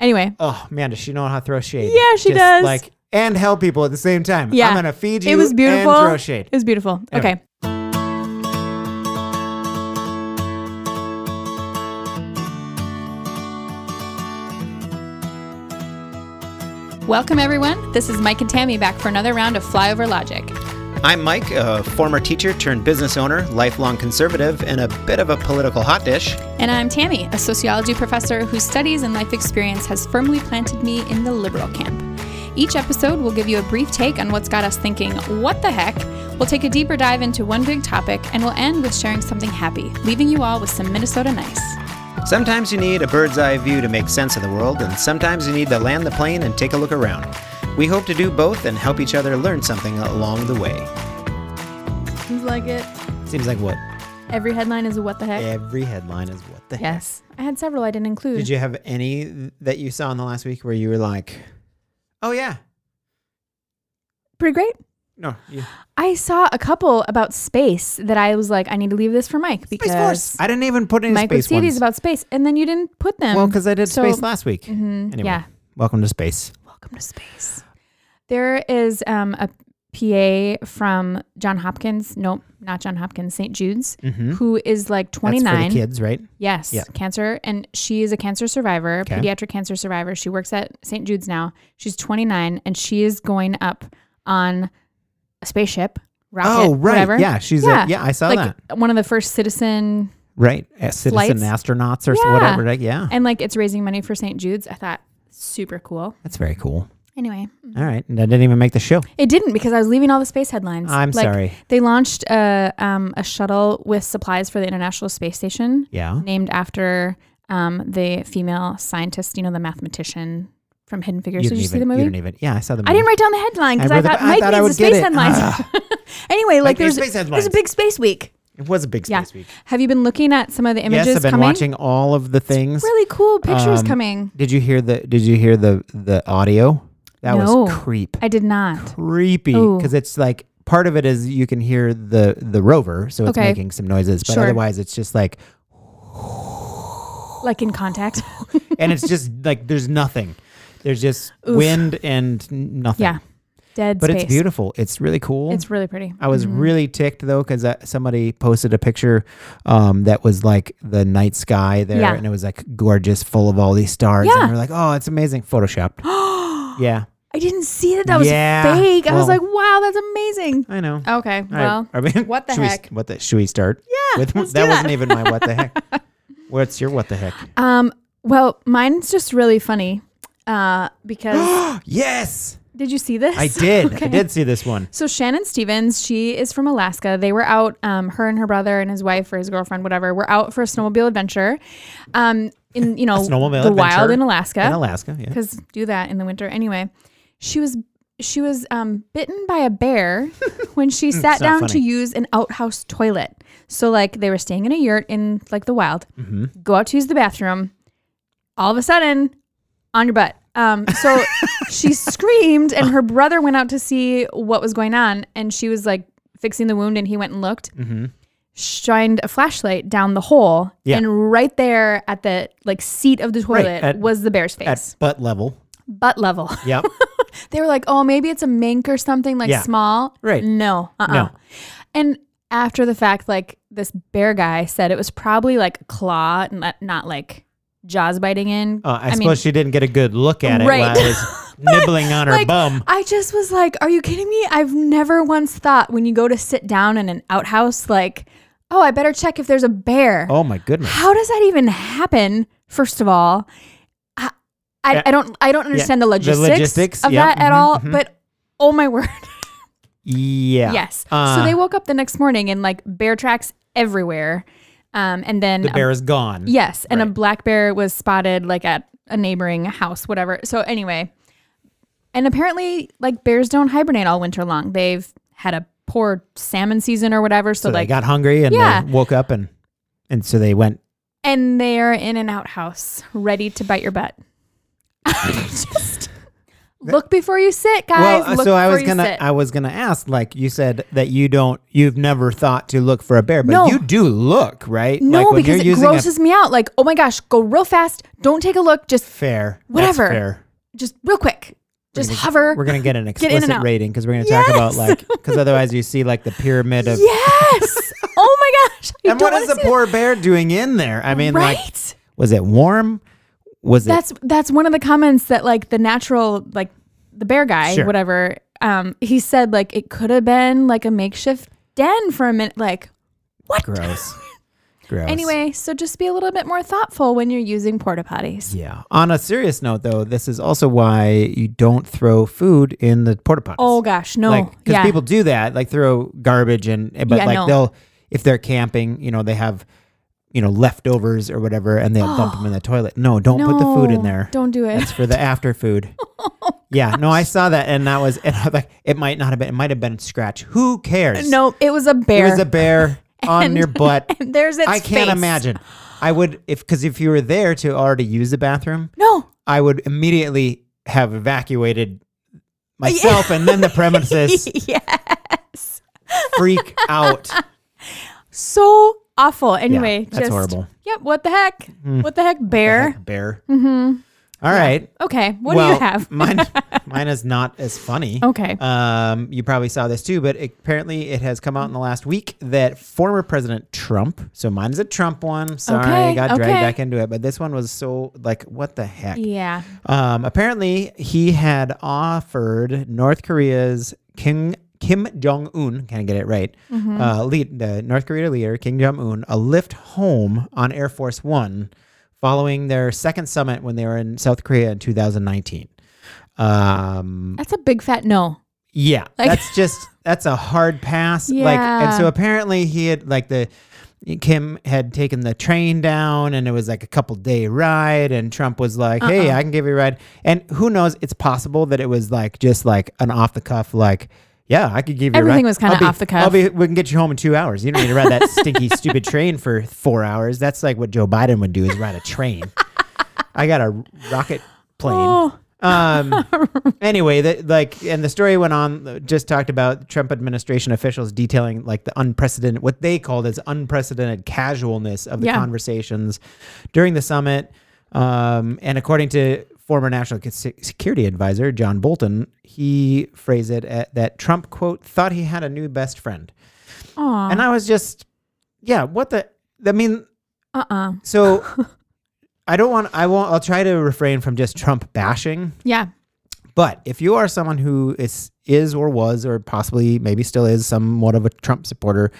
Anyway, Oh man, does she know how to throw shade? Yeah, she Just, does. Like and help people at the same time. yeah, I'm gonna feed you. It was beautiful. And throw shade. It was beautiful. Anyway. Okay. Welcome everyone. This is Mike and Tammy back for another round of Flyover Logic. I'm Mike, a former teacher turned business owner, lifelong conservative, and a bit of a political hot dish. And I'm Tammy, a sociology professor whose studies and life experience has firmly planted me in the liberal camp. Each episode will give you a brief take on what's got us thinking, what the heck? We'll take a deeper dive into one big topic and we'll end with sharing something happy, leaving you all with some Minnesota nice. Sometimes you need a bird's eye view to make sense of the world, and sometimes you need to land the plane and take a look around. We hope to do both and help each other learn something along the way. Seems like it. Seems like what Every headline is a what the heck. every headline is. What the? heck? Yes. I had several I didn't include. Did you have any that you saw in the last week where you were like, "Oh yeah, Pretty great. no, you, I saw a couple about space that I was like, I need to leave this for Mike because I didn't even put any Mike space was CDs ones. about space, and then you didn't put them. well, because I did so- space last week. Mhm, Anyway, yeah. welcome to space. Welcome to space. There is um, a PA from John Hopkins. Nope, not John Hopkins. St. Jude's, Mm-hmm. who is like That's 29. for the kids, right? Yes, Yeah. cancer, and she is a cancer survivor, Okay. pediatric cancer survivor. She works at St. Jude's now. She's 29, and she is going up on a spaceship rocket. oh, right. Whatever. Yeah, she's. Yeah. A, yeah, I saw that. Like one of the first citizen, Right, uh, citizen flights. astronauts or Yeah. so whatever. Like, yeah, and like it's raising money for St. Jude's. I thought super cool. that's very cool. Anyway, All right, and I didn't even make the show. It didn't because I was leaving all the space headlines. I'm sorry. They launched a um, a shuttle with supplies for the International Space Station, Yeah. named after um, the female scientist. You know, the mathematician from Hidden Figures. You Did didn't you even, see the you movie? didn't even. Yeah, I saw the movie. I didn't write down the headline because I I, read the- thought I Mike thought I needs the would space get it. headlines. anyway, like Mike there's needs space there's a headlines. big space week. It was a big Yeah. space week. Have you been looking at some of the images yes, I've been coming? watching all of the things. Really cool pictures Um, coming. Did you hear the Did you hear the the audio? That No. was creep, I did not. creepy Ooh. because it's like part of it is you can hear the the rover, so it's Okay. making some noises, but Sure. otherwise it's just like, Like in contact. and it's just like there's nothing. There's just wind and n- nothing. yeah. Dead but space. it's beautiful. It's really cool. It's really pretty. I was really ticked though because somebody posted a picture um, that was like the night sky there, Yeah. and it was like gorgeous, full of all these stars. Yeah. and we're like, oh, it's amazing, photoshopped. yeah, I didn't see that that was Yeah, fake. I was well- like, wow, that's amazing. I know. Okay, All Oh, right, well, I mean, what the should we- heck? what the? Should we start? Yeah, with, let's do that, that. wasn't even my what the heck. What's your what the heck? um, well, mine's just really funny uh, because Oh, yes, did you see this? I did. Okay. I did see this one. So Shannon Stevens, she is from Alaska. They were out, um, her and her brother and his wife or his girlfriend, whatever, were out for a snowmobile adventure, um, in you know snowmobile the wild adventure in Alaska. in Alaska. Yeah, because do that in the winter anyway. She was she was um, bitten by a bear when she sat Hmm, It's not down to funny. use an outhouse toilet. So like they were staying in a yurt in like the wild, Mm-hmm. go out to use the bathroom. All of a sudden, on your butt. Um, so she screamed, and her brother went out to see what was going on, and she was like fixing the wound, and he went and looked Mm-hmm. shined a flashlight down the hole, Yeah. and right there at the like seat of the toilet at- was the bear's face, at butt level. butt level. Yep. Uh, they were like, "Oh, maybe it's a mink or something like Yeah. small." Right. No. Uh. uh No. And after the fact, like this bear guy said, it was probably like a claw, not, not like jaws biting in. Uh, I, mean, suppose she didn't get a good look at it Right. while I was nibbling on her like, bum. I just was like, "Are you kidding me?" I've never once thought when you go to sit down in an outhouse, like, "Oh, I better check if there's a bear." Oh my goodness. How does that even happen? First of all, I, I, Yeah. I don't I don't understand the The logistics, logistics, of yep, that at mhm, all. mhm. But oh my word, Yeah. yes. Uh, so they woke up the next morning and like bear tracks everywhere, um, and then the a- bear is gone. yes, and a Right. black bear was spotted like at a neighboring house, whatever. So anyway, and apparently like bears don't hibernate all winter long. They've had a poor salmon season or whatever, so, So they like got hungry and Yeah. they woke up and and so they went. and they are in an outhouse ready to bite your butt. I just Look before you sit, guys. well, uh, look so I before was you gonna sit. I was gonna ask, like you said that you don't, you've never thought to look for a bear, but No. you do look, right? no, like when because you're it using grosses me out. Like, oh my gosh, go real fast. Don't take a look. Just, a fair, That's Whatever. fair. just real quick. Just hover. We're gonna get an in and explicit out. rating because we're gonna talk about Yes. like because otherwise you see like the pyramid of yes. oh my gosh. I and what don't is the wanna see poor bear doing in there? I mean, that. right? like, was it warm? Was it that's that's one of the comments that like the natural like the bear guy Sure. whatever um he said like it could have been like a makeshift den for a minute like gross? gross. anyway so just be a little bit more thoughtful when you're using porta potties Yeah. On a serious note, though, this is also why you don't throw food in the porta potties. oh gosh no like because yeah people do that, like throw garbage and but Yeah, like no. they'll if they're camping, you know, they have you know leftovers or whatever, and they'll dump them in the toilet. No, don't put the food in No, there. don't do it Oh, That's for the after food. yeah. No, I saw that, and that was and I was like, it might not have been. It might have been scratch. Who cares? no it was a it bear was a bear on your butt. and there's its I can't face. imagine. I would if because if you were there to already use the bathroom, no I would immediately have evacuated myself and then the premises yeah freak out. so awful anyway that's just horrible. Hmm. yep what the heck what the heck bear Bear. Mm-hmm. right. okay what well, do you have mine, mine is not as funny. Okay. Um, you probably saw this too, but it- apparently it has come out in the last week that former President Trump, so mine's a Trump one. Sorry, I Okay, got dragged okay. back into it, but this one was so like, what the heck? yeah Um, apparently, he had offered North Korea's Kim Kim Jong Un, can I get it right? Uh, lead, the North Korea leader Kim Jong Un a lift home on Air Force One, following their second summit when they were in South Korea in 2019. Um, Mm. that's a big fat no yeah, Like- that's just that's a hard pass. Like, and Yeah. so apparently he had like the Kim had taken the train down, and it was like a couple day ride, and Trump was like, "Hey, Uh-uh. I can give you a ride." And who knows? It's possible that it was like just like an off the cuff, like, "Yeah, I could give you." Everything a ride. was kinda I'll be- off the cuff. I'll be. We can get you home in two hours. You don't need to ride that stinky, stupid train for four hours. That's like what Joe Biden would do is ride a train. I got a rocket plane. Oh. Um, anyway, that like, and the story went on. uh, Just talked about Trump administration officials detailing like the unprecedented, what they called as unprecedented casualness of the Yeah. conversations during the summit. Um, and according to former national Sec- security advisor John Bolton, he phrased it at, that Trump quote thought he had a new best friend, Aw. and I was just, yeah, what the? I mean, uh-uh so. I don't want. I won't. I'll try to refrain from just Trump bashing yeah but if you are someone who is is or was or possibly maybe still is somewhat of a Trump supporter,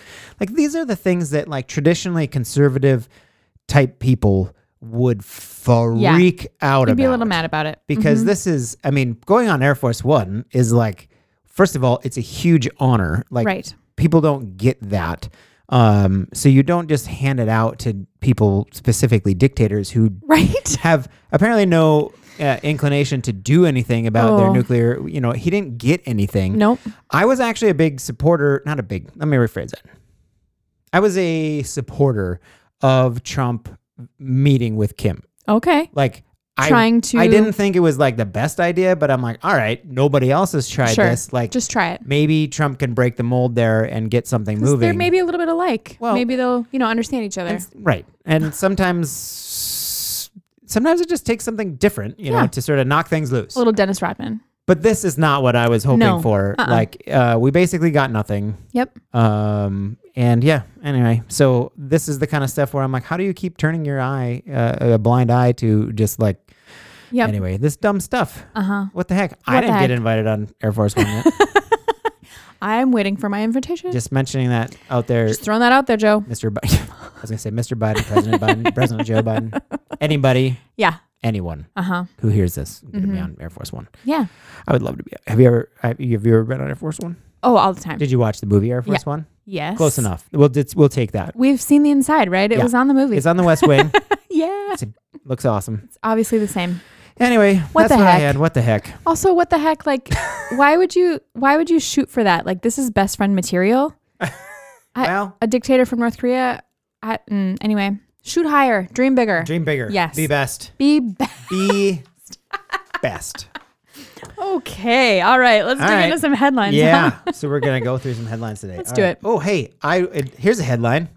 like these are the things that like traditionally conservative type people would freak out You'd about. be a little mad Mm-hmm. about it. because this is I mean, going on Air Force 1 is like first of all, it's a huge honor. Like Right. people don't get that. Um so you don't just hand it out to people specifically dictators who Right? have apparently no uh, inclination to do anything about their Oh. nuclear. You know, he didn't get anything. Nope. I was actually a big supporter, not a big, let me rephrase that. I was a supporter of Trump meeting with Kim. Okay. Like, I, Trying to- I didn't think it was like the best idea, but I'm like, all right, nobody else has tried Sure. this. Like, Just try it. maybe Trump can break the mold there and get something moving. They're maybe a little bit alike. Well- maybe they'll, you know, understand each other. Right. And sometimes sometimes it just takes something different, you know, Yeah. to sort of knock things loose. A little Dennis Rodman. But this is not what I was hoping No. for. Uh-uh. Like uh we basically got nothing. Yep. Um and yeah, anyway, so this is the kind of stuff where I'm like how do you keep turning your eye uh, a blind eye to just like Yep. anyway, this dumb stuff. Uh-huh. What the heck? I What didn't the get heck? invited on Air Force 1 yet. I'm waiting for my invitation. Just, just mentioning that out there. throwing that out there, Joe. Mr. Biden. I was going to say Mr. Biden, President Biden, President Joe Biden. Anybody, Yeah. anyone. Uh-huh. who hears this going Mm-hmm. to be on Air Force One. Yeah. I would love to be. Have you ever have you have you ever been on Air Force One? Oh, all the time. Did you watch the movie Air Force One? yes. Close enough. We'll it's, we'll take that. We've seen the inside, right? It Yeah. was on the movie. It's on the West Wing. yeah. Looks awesome. It's obviously the same. Anyway, What that's the what I heck? had. What the heck? Also, what the heck like why would you why would you shoot for that? Like this is best friend material. I- well, A dictator from North Korea. I, mm, anyway, shoot higher, dream bigger. dream bigger. Yes. Be best. Be back. Be best. Oh Okay. All right. Let's All dig right. into some headlines. Yeah. so we're gonna go through some headlines today. Let's All do right. it. Oh, hey, I it, here's a headline.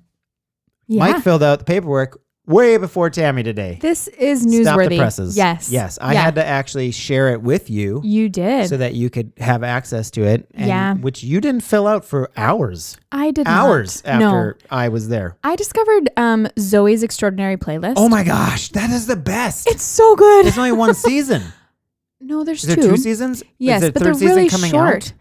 yeah. Mike filled out the paperwork way before Tammy today. this is newsworthy. Stop the presses. Yes. Yes. I Yeah. had to actually share it with you You did. so that you could have access to it. And, Yeah. Which you didn't fill out for hours. I did not. Hours No. after I was there. I discovered um, Zoe's extraordinary playlist. Oh my gosh, that is the best. It's so good. There's only one season. No, there's Is there two, seasons? Yes, is there but third they're season really coming short. out?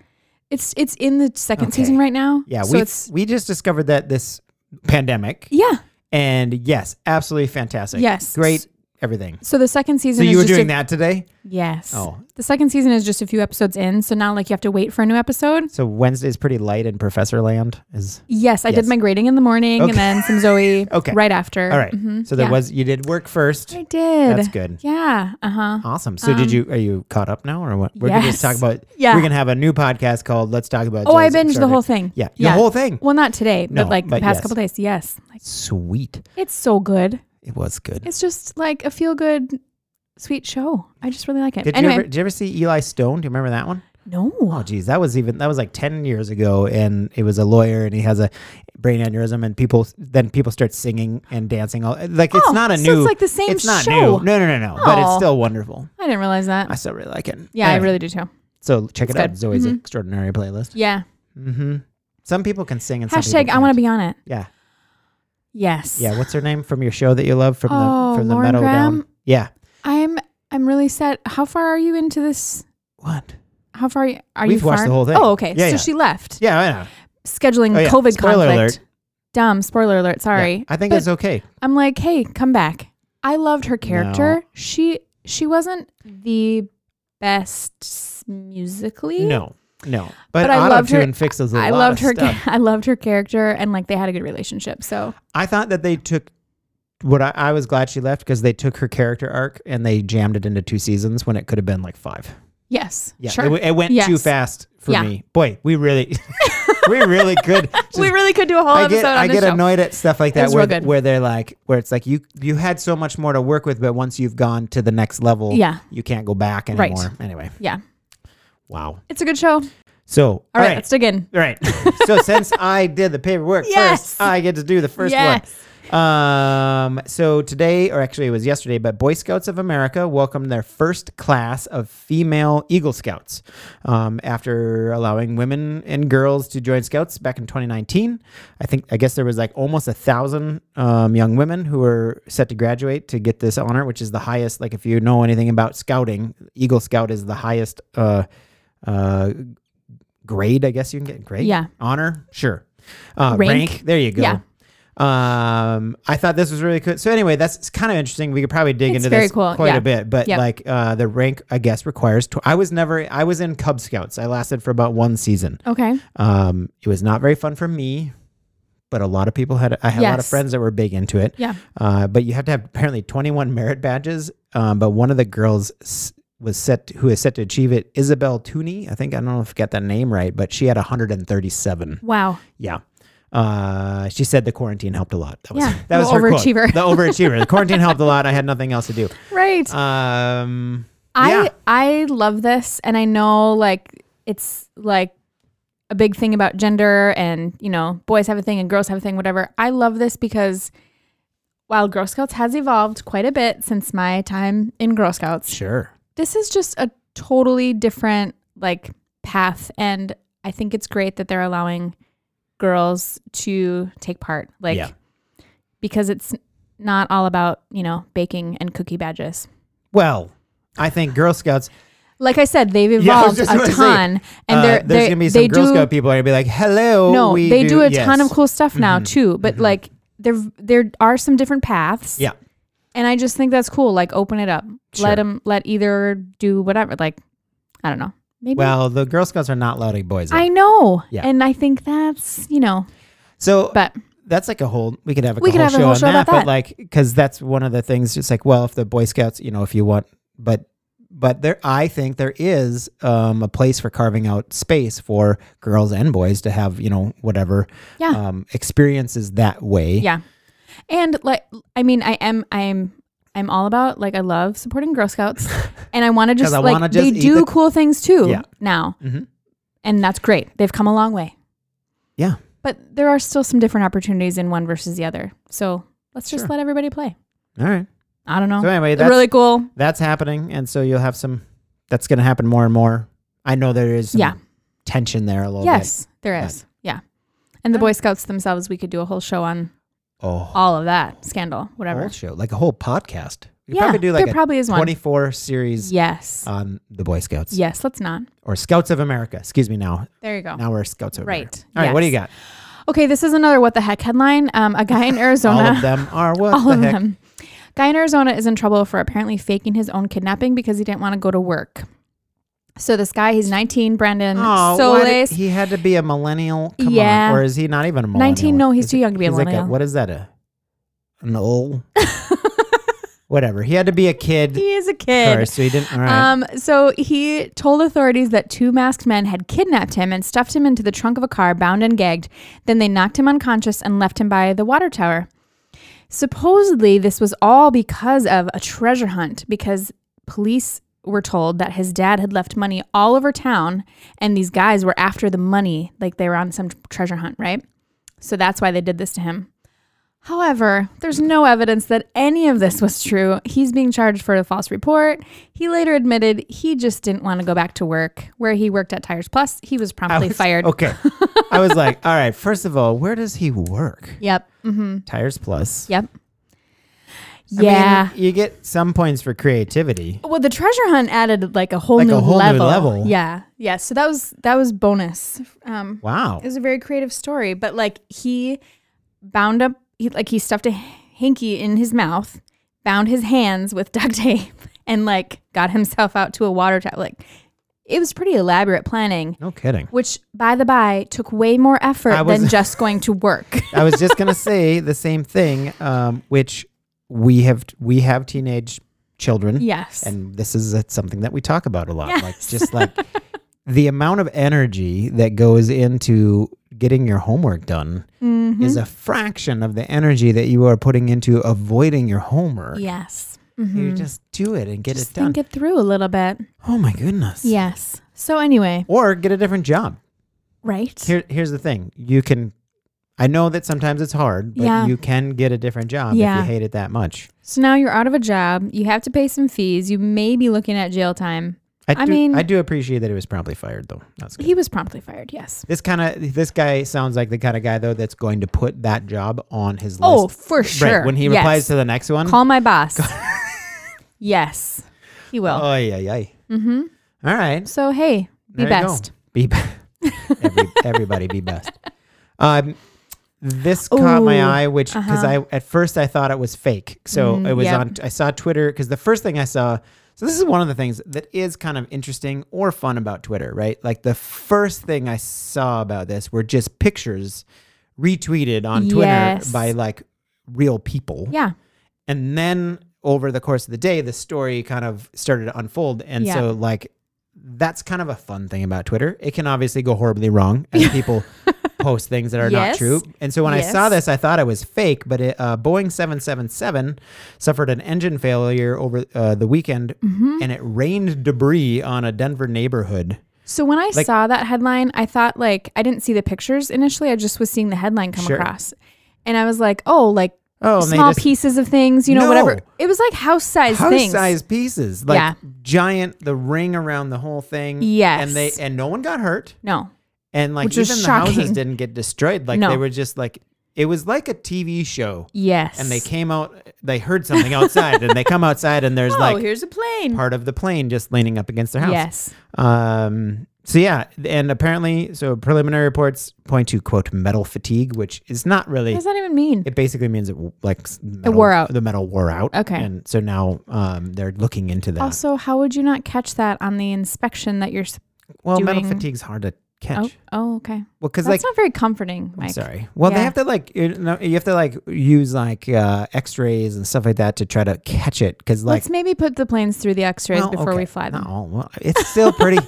It's it's in the second Okay. season right now. Yeah, so we it's we just discovered that this pandemic. yeah. And yes, absolutely fantastic. Yes. Great everything. So the second So season. is you were just doing a- that today? Yes. Oh. The second season is just a few episodes in, so now like you have to wait for a new episode. So Wednesday's pretty light in Professor Land is Yes, I Yes. did my grading in the morning Okay. and then some Zoe Okay. right after. All right. Mhm, So there yeah. was you did work first. I did. That's good. Yeah. Uh huh. Awesome. So did you are you caught up now or what? We're gonna just talk yes. about Yeah. we're gonna have a new podcast called Let's Talk About Oh, I binged Jay's the Extraordinary- whole thing. Yeah. The whole thing. Well, not today, No, but like but the past yes. couple days. Yes. Like, Sweet. it's so good. It was good. It's just like a feel good, sweet show. I just really like it. Did anyway, you ever did you ever see Eli Stone? Do you remember that one? Oh no. geez, that was even that was like ten years ago, and it was a lawyer, and he has a brain aneurysm, and people then people start singing and dancing. All like it's Oh, not a so new. it's like the same It's not show. new. No, no, no, no. But it's Oh. still wonderful. I didn't realize that. I still really like it. yeah, I Anyway, really do too. So check it It's out. good. Zoe's Mhm. extraordinary playlist. Yeah. hmm Some people can sing and some Hashtag people I want to can't. be on it. Yeah, Yes. yeah. What's her name from your show that you love from Oh, the from the Lauren metal down? Graham? Yeah. I'm I'm really sad. How far are you into this? What? How far are you? Are We've you watched far? the whole thing. Oh, okay. Yeah, so yeah. she left, Yeah, I know. scheduling Oh, yeah. COVID Spoiler conflict. alert. Dumb spoiler alert. Yeah. Sorry. I think But it's okay. I'm like, hey, come back. I loved her character. She she wasn't the best s- musically. No, no. But, But I loved her- auto-tune fixes a I lot loved of her. stuff. I loved her character, and like they had a good relationship. So I thought that they took what I, I was glad she left because they took her character arc and they jammed it into two seasons when it could have been like five. yes, Yeah, sure. it, w- it went too Yes. fast for Yeah. me. Boy, we really, we really could. just- we really could do a whole I episode get on I this get show. annoyed at stuff like that was where real good. where they're like where it's like you you had so much more to work with, but once you've gone to the next level, Yeah. you can't go back Right. anymore. Anyway, Yeah, wow. it's a good show. So all All right, let's dig in. all right. so since I did the paperwork Yes. first, I get to do the first Yes. one. Um, so today, or actually it was yesterday, but Boy Scouts of America welcomed their first class of female Eagle Scouts um, after allowing women and girls to join Scouts back in 2019. I think, I guess there was like almost a thousand um, young women who were set to graduate to get this honor, which is the highest. Like if you know anything about scouting, Eagle Scout is the highest uh, uh, grade, I guess you can get grade. Yeah. Honor, sure. Uh, rank. Rank. There you go. Yeah. Um, I thought this was really cool. So anyway, that's kind of interesting. We could probably dig It's into very this cool, quite yeah. a bit, but Yep. like uh, the rank, I guess, requires. Tw- I was never. I was in Cub Scouts. I lasted for about one season. Okay. Um, it was not very fun for me, but a lot of people had. I had a lot of Yes. friends that were big into it. Yeah. Uh, but you had to have apparently 21 merit badges. Um, but one of the girls s- was set who is set to achieve it, Isabel Tooney. I think I don't know if I got that name right, but she had 137. Wow. Yeah. Uh, she said the quarantine helped a lot. That was Yeah, that was the her quote. overachiever. The overachiever. The quarantine helped a lot. I had nothing else to do. Right. Um, I Uh, yeah. I love this, and I know like it's like a big thing about gender, and you know, boys have a thing and girls have a thing, whatever. I love this because while Girl Scouts has evolved quite a bit since my time in Girl Scouts, Sure. this is just a totally different like path, and I think it's great that they're allowing girls to take part, like Yeah. because it's not all about you know baking and cookie badges Well, I think Girl Scouts. like I said, they've Yeah, I evolved was just a gonna say, ton, and uh, they're, there's they gonna be they some Girl do Scout people are gonna be like, "Hello." no, we they do, a ton yes." Mm-hmm. of cool stuff now too. But like there there are some different paths, Yeah. and I just think that's cool. Like open it up, Sure. let them let either do whatever. Like I don't know, maybe Well, the Girl Scouts are not louding boys. though. I know, Yeah. and I think that's you know, so but that's like a whole we could have a We whole could have a show whole on show that, about but that. like because that's one of the things just like well if the boy scouts you know if you want but but there i think there is um, a place for carving out space for girls and boys to have you know whatever Yeah. um, experiences that way yeah, and like I mean, I am I am I'm all about like I love supporting Girl Scouts, and I want to just I like wanna they just eat do the- cool things too Yeah. now, Mhm. and that's great. They've come a long way. Yeah. But there are still some different opportunities in one versus the other. So let's just Sure. let everybody play. All right. I don't know. So anyway, It's that's really cool. that's happening, and so you'll have some. That's going to happen more and more. I know there is some Yeah. tension there a little bit. Yes, there but- is. Yeah. And the Boy Scouts themselves, we could do a whole show on Oh, all of that scandal, whole whatever. show like a whole podcast. You yeah, probably do like there a probably is one. twenty-four series yes. on the Boy Scouts yes, let's not. or Scouts of America. Excuse me. Now, There you go. now we're Scouts of Right, America. All right. What do you got? Okay, this is another what the heck headline. Um, a guy in Arizona. All of them are what all the of heck? them. Guy in Arizona is in trouble for apparently faking his own kidnapping because he didn't want to go to work. So this guy, he's 19, Brandon Oh, why did- Solis. he had to be a millennial. Come Yeah. on. Or is he not even a millennial? 19, no, he's Is too it- young to be a he's like millennial. what is that? A an old whatever. He had to be a kid he is a kid. first, so he didn't. All right. Um, so he told authorities that two masked men had kidnapped him and stuffed him into the trunk of a car, bound and gagged. Then they knocked him unconscious and left him by the water tower. Supposedly, this was all because of a treasure hunt, because police were told that his dad had left money all over town and these guys were after the money, like they were on some treasure hunt, right? So that's why they did this to him. However, there's no evidence that any of this was true. He's being charged for a false report. He later admitted he just didn't want to go back to work where he worked at Tires Plus. He was I promptly was- fired. Okay. I was like, all right. First of all, where does he work? Yep. Mm-hmm. Tires Plus. Yep. I mean, Yeah. you get some points for creativity. well, the treasure hunt added like a whole, Like a new, whole new level. level. Yeah. Yeah. So that was that was bonus. Um, Wow. it was a very creative story, but like he bound up, he, like he stuffed a hanky in his mouth, bound his hands with duct tape, and like got himself out to a water tower. Like it was pretty elaborate planning, No kidding. which by the by took way more effort I was- than just going to work. I was just gonna say the same thing, um, which we have we have teenage children. yes. and this is uh, something that we talk about a lot like Yes. just like the amount of energy that goes into getting your homework done Mhm. is a fraction of the energy that you are putting into avoiding your homework yes. you Mhm. just do it and get Just it done think it through a little bit. oh my goodness Yes. So anyway, or get a different job right? Here, here's the thing you can i know that sometimes it's hard but Yeah. you can get a different job Yeah. if you hate it that much so now you're out of a job. You have to pay some fees. You may be looking at jail time. i, I do, mean- i do appreciate that he was promptly fired though that's good He was promptly fired. Yes. This kind of this guy sounds like the kind of guy though that's going to put that job on his Oh, list. for sure. Right when he Yes. replies to the next one. call my boss. yes, he will. oh yeah, yeah. Mm-hmm. All right. so hey, be there you go. best. Be best. Every, everybody be best. Um, this caught Ooh, uh-huh. my eye, which because I at first I thought it was fake. So Mm, it was yep. on. I saw Twitter because the first thing I saw. So this is one of the things that is kind of interesting or fun about Twitter, right? Like the first thing I saw about this were just pictures retweeted on Twitter Yes. by like real people. Yeah, And then over the course of the day, the story kind of started to unfold. And Yeah. so, like, that's kind of a fun thing about Twitter. It can obviously go horribly wrong, and people post things that are Yes. not true. And so, when I saw Yes. this, I thought it was fake, but it, uh, Boeing 777 suffered an engine failure over uh, the weekend, Mm-hmm. and it rained debris on a Denver neighborhood. So when I Like- saw that headline, I thought like I didn't see the pictures initially. I just was seeing the headline come Sure. across, and I was like, oh, like Oh, and they small just- pieces of things, you know, whatever. No. It was like house size house things. size pieces, like Yeah. giant, the ring around the whole thing. Yes. and they and no one got hurt. No. and like Which even was the shocking. houses didn't get destroyed. Like No. they were just like it was like a TV show, Yes. and they came out. They heard something outside, and they come outside, and there's Oh, like here's a plane. part of the plane just leaning up against their house. Yes. Um. So yeah, and apparently, so preliminary reports point to quote metal fatigue, which is not really. What does that even mean? It basically means it w- like s- metal, wore out. The metal wore out. Okay. And so now um, they're looking into that. also, how would you not catch that on the inspection that you're? s- well, metal doing- fatigue's hard to catch. Oh, oh, okay. Well, because That's like not very comforting, Mike. I'm sorry. Well, Yeah. they have to like you know you have to like use like uh, X-rays and stuff like that to try to catch it because like Let's maybe put the planes through the X-rays well, before okay. we fly them. No, well, it's still pretty.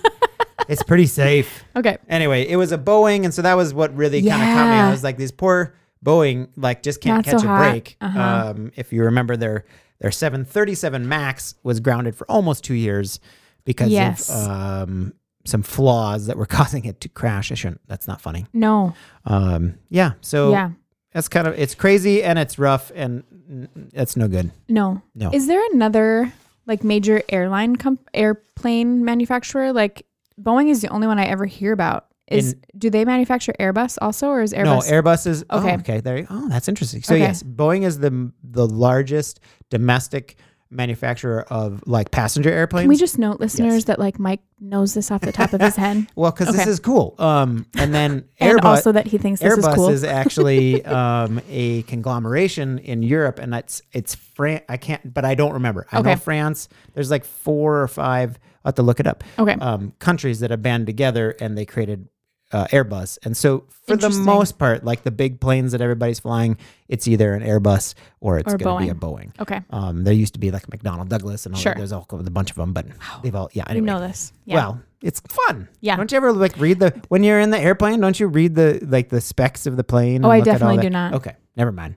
it's pretty safe. Okay. Anyway, it was a Boeing, and so that was what really kind of caught me. Yeah. I was like, these poor Boeing like just Not can't so catch a hot. break. Uh-huh. Um, if you remember their Their 737 MAX was grounded for almost two years because Yes. of um, some flaws that were causing it to crash. I shouldn't. That's not funny. No. Um, yeah. So yeah. that's kind of it's crazy and it's rough and mm, that's no good. No. No. Is there another like major airline comp- airplane manufacturer? Like Boeing is the only one I ever hear about. Is do they manufacture Airbus also, or is Airbus? No, Airbus is oh, okay. Okay. there. you- Oh, that's interesting. So Okay. yes, Boeing is the the largest domestic manufacturer of like passenger airplanes. Can we just note, listeners, that like Mike knows this off the top of his head, well, because this Okay. is cool. Um, and then and Airbus. also that he thinks this Airbus is cool. actually um, a conglomeration in Europe, and that's it's France. I can't, but I don't remember. I know Okay. France. There's like four or five. I will have to look it up. Okay. um, countries that have banded together and they created uh, Airbus. And so, for the Interesting. most part, like the big planes that everybody's flying, it's either an Airbus or it's Or going to be a Boeing. okay, Um, there used to be like McDonnell Douglas and all Sure. that. There's all a bunch of them, but they've all yeah. you Anyway, know this. Yeah. well, it's fun. Yeah. Don't you ever like read the when you're in the airplane? Don't you read the like the specs of the plane? Oh, and I look at all definitely that? do not. Okay, never mind.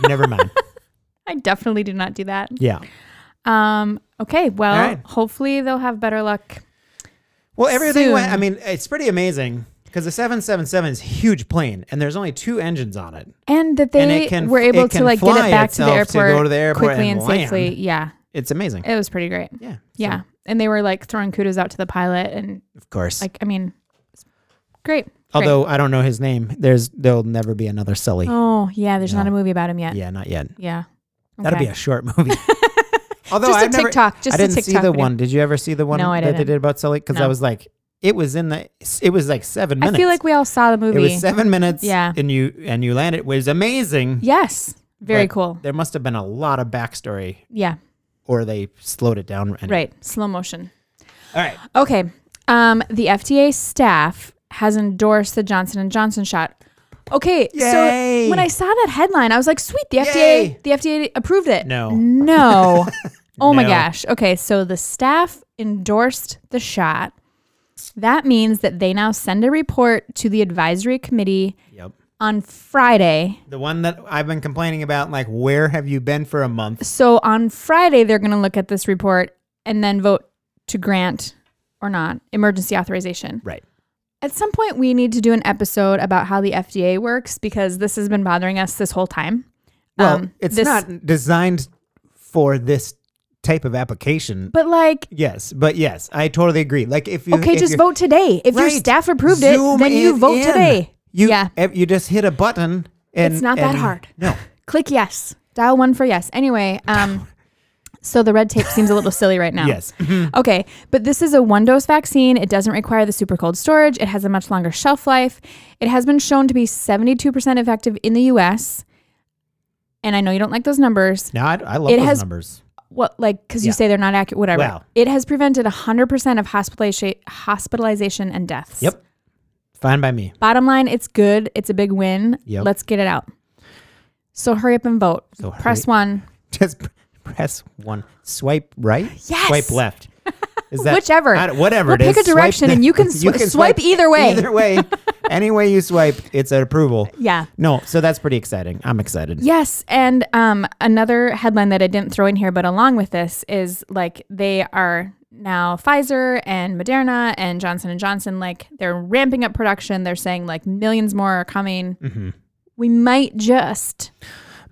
never mind. I definitely do not do that. Yeah. Um. Okay. Well, All right. hopefully they'll have better luck. Well, everything went. Soon. I mean, it's pretty amazing because the 777 is a huge plane, and there's only two engines on it. And that they And it can- were able it to can like get fly it back to the itself to go airport, to the airport quickly and and, safely. land. Yeah, It's amazing. it was pretty great. yeah. so, Uh, Yeah, and they were like throwing kudos out to the pilot, and of course. like I mean, it's great. Although I don't know his name, there's there'll never be another Sully. great. oh yeah, there's not No. a movie about him yet. Yeah, Yeah, not yet. Okay. That'll be a short movie. Although just a I've never, TikTok. Just I didn't a see TikTok the video. one. Did you ever see the one No, I that they didn't. did about Sully? Because I No. was like, it was in the, it was like seven minutes. I feel like we all saw the it movie. was seven minutes. Yeah. and you and you landed it was amazing. yes, very but cool. There must have been a lot of backstory, Yeah, or they slowed it down. and- right. Slow motion. All right. Okay. Um, the FDA staff has endorsed the Johnson and Johnson shot. Okay, Yay. so when I saw that headline, I was like, "Sweet, the FDA, Yay. the FDA approved it." No. no. Oh my No. gosh. Okay, so the staff endorsed the shot. That means that they now send a report to the advisory committee Yep. on Friday. The one that I've been complaining about, like, where have you been for a month? So on Friday, they're going to look at this report and then vote to grant or not emergency authorization. Right. At some point, we need to do an episode about how the FDA works because this has been bothering us this whole time. Well, Um, it's this- not designed for this type of application. But like, yes, but yes, I totally agree. Like, if you okay, if just you're- vote today. If your Right. staff approved Zoom it, then you it vote in. today. You yeah, ev- you just hit a button, and It's not that and- hard. No, click yes, dial one for yes. Anyway, um, so the red tape seems a little silly right now. yes, Okay, but this is a one dose vaccine. It doesn't require the super cold storage. It has a much longer shelf life. It has been shown to be 72% effective in the US. And I know you don't like those numbers. no, I, I love It those has- numbers. What, like, because Yeah. you say they're not accurate, whatever. Wow. It has prevented 100% of hospitalization, hospitalization and deaths. Yep. Fine by me. Bottom line, it's good. It's a big win. Yep. Let's get it out. So hurry up and vote. So Press hurry- one. Just pr- press one, swipe right, Yes. swipe left. Is that Whichever. I don't- whatever? We'll it is, pick a swipe direction the- and you can swi- swipe either way. Either way, any way you swipe, it's an approval. Yeah. No, so that's pretty exciting. I'm excited. Yes, and um, another headline that I didn't throw in here, but along with this is like they are now Pfizer and Moderna and Johnson and Johnson. Like they're ramping up production. They're saying like millions more are coming. Mm-hmm. We might just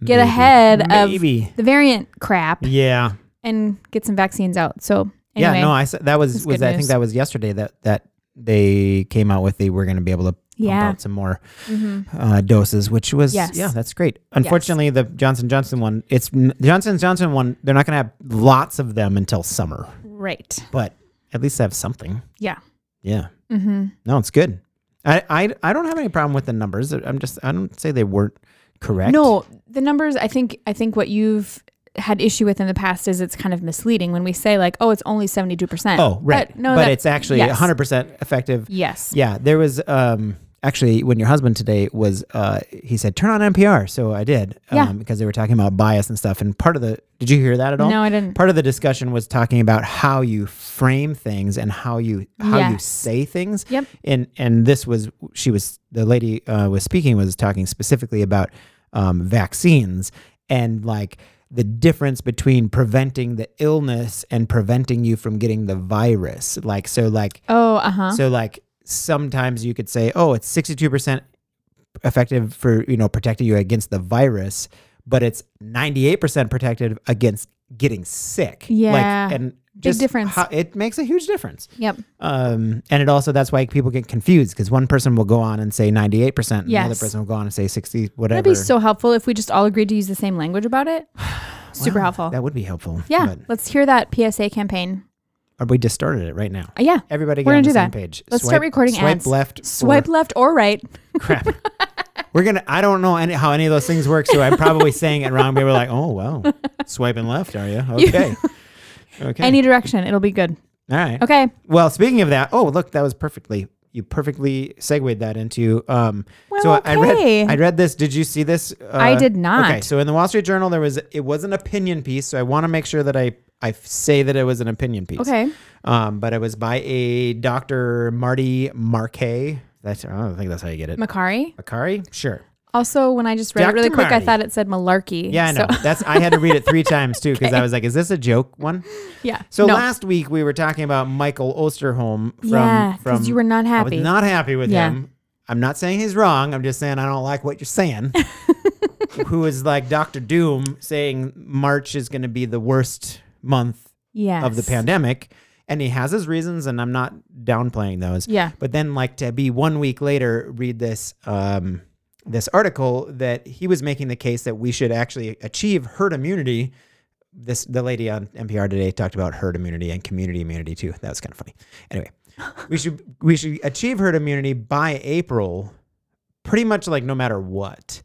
get ahead Maybe. of the variant crap Yeah. and get some vaccines out. So Yeah. anyway, No, I said that was that's was good I think news. that was yesterday that that they came out with they were going to be able to Yeah. Mm-hmm. pump out some more uh, doses, which was Yes. yeah, that's great. Unfortunately, the Johnson Johnson one, it's n- the Johnson Johnson one. They're not going to have lots of them until summer, right. but at least have something. Yeah. Yeah. Mm-hmm. No, it's good. I, I I don't have any problem with the numbers. I'm just I don't say they weren't correct. No, the numbers. I think. I think what you've had issue with in the past is it's kind of misleading when we say like, oh, it's only seventy two percent. Oh, right. But, no, but that- it's actually yes. 100% effective. Yes. Yeah, there was um actually when your husband today was uh he said turn on NPR, so I did um Yeah. because they were talking about bias and stuff and part of the did you hear that at all? No, I didn't. Part of the discussion was talking about how you frame things and how you how you Yes. say things. Yep. And and this was she was the lady uh was speaking was talking specifically about um vaccines and like the difference between preventing the illness and preventing you from getting the virus. Like so like Oh, uh huh. so like sometimes you could say, oh, it's 62% effective for, you know, protecting you against the virus, but it's 98% protective against getting sick. Yeah. Like, and just difference. how- it makes a huge difference. Yep. Um, and it also, that's why people get confused because one person will go on and say 98% and another Yes. person will go on and say 60, whatever. That'd be so helpful if we just all agreed to use the same language about it. Super Wow, helpful. Ah, That would be helpful. yeah. But let's hear that PSA campaign. or we just started it right now. Uh, yeah. Everybody get We're gonna on the do same that. page. Let's start recording swipe ads. left. Swipe left or right. crap. We're gonna. I don't know any, how any of those things work, so I'm probably saying it wrong. People are like, "Oh, well, swiping left, are you? Okay, okay, Any direction. It'll be good. all right." Okay. Well, speaking of that, oh look, that was perfectly. You perfectly segued that into. Um, so Well, I- I okay. read. I read this. Did you see this? Uh, I did not. Okay, so in the Wall Street Journal, there was it was an opinion piece. So I want to make sure that I I say that it was an opinion piece. Okay. Um, but it was by a Dr. Marty Marquet. That's I don't think that's how you get it. Macari. Macari? Sure. Also, when I just read it Dr. really quick, I Marty. thought it said malarkey. Yeah, I So- know. That's I had to read it three times too because I was like, "Is this a joke one?" yeah. So no. last week we were talking about Michael Osterholm from Yeah, 'cause from you were not I happy. was not happy with Yeah. him. I'm not saying he's wrong. I'm just saying I don't like what you're saying. Who is like Doctor Doom saying March is going to be the worst month yes. of the pandemic, and he has his reasons, and I'm not downplaying those. Yeah. But then, like to be one week later, read this um, this article that he was making the case that we should actually achieve herd immunity. This the lady on NPR today talked about herd immunity and community immunity too. That was kind of funny. Anyway, we should we should achieve herd immunity by April, pretty much like no matter what.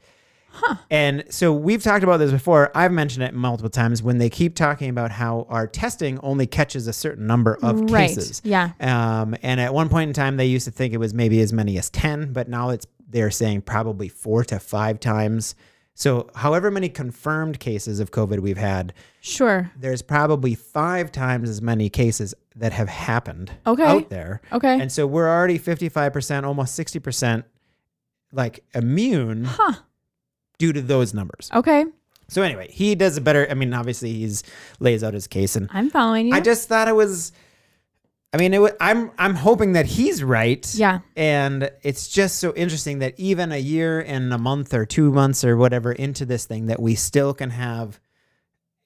And so we've talked about this before. I've mentioned it multiple times when they keep talking about how our testing only catches a certain number of right. cases. Yeah. Um, and at one point in time, they used to think it was maybe as many as 10, but now it's they're saying probably four to five times. So, however many confirmed cases of COVID we've had, Sure. there's probably five times as many cases that have happened Okay. out there. Okay. And so we're already 55%, almost 60% like immune Huh. due to those numbers. Okay. So, anyway, he does a better, I mean, obviously, he's lays out his case and I'm following you. I just thought it was. I mean, it was, I'm I'm hoping that he's right. Yeah. And it's just so interesting that even a year and a month or two months or whatever into this thing, that we still can have,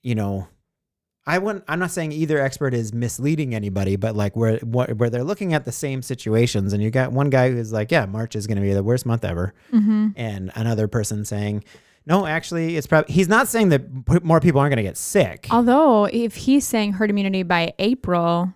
you know, I wouldn't. I'm not saying either expert is misleading anybody, but like where what, where they're looking at the same situations, and you got one guy who's like, yeah, March is going to be the worst month ever, mm-hmm. and another person saying. No, actually, it's probably he's not saying that p- more people aren't going to get sick. Although, if he's saying herd immunity by April,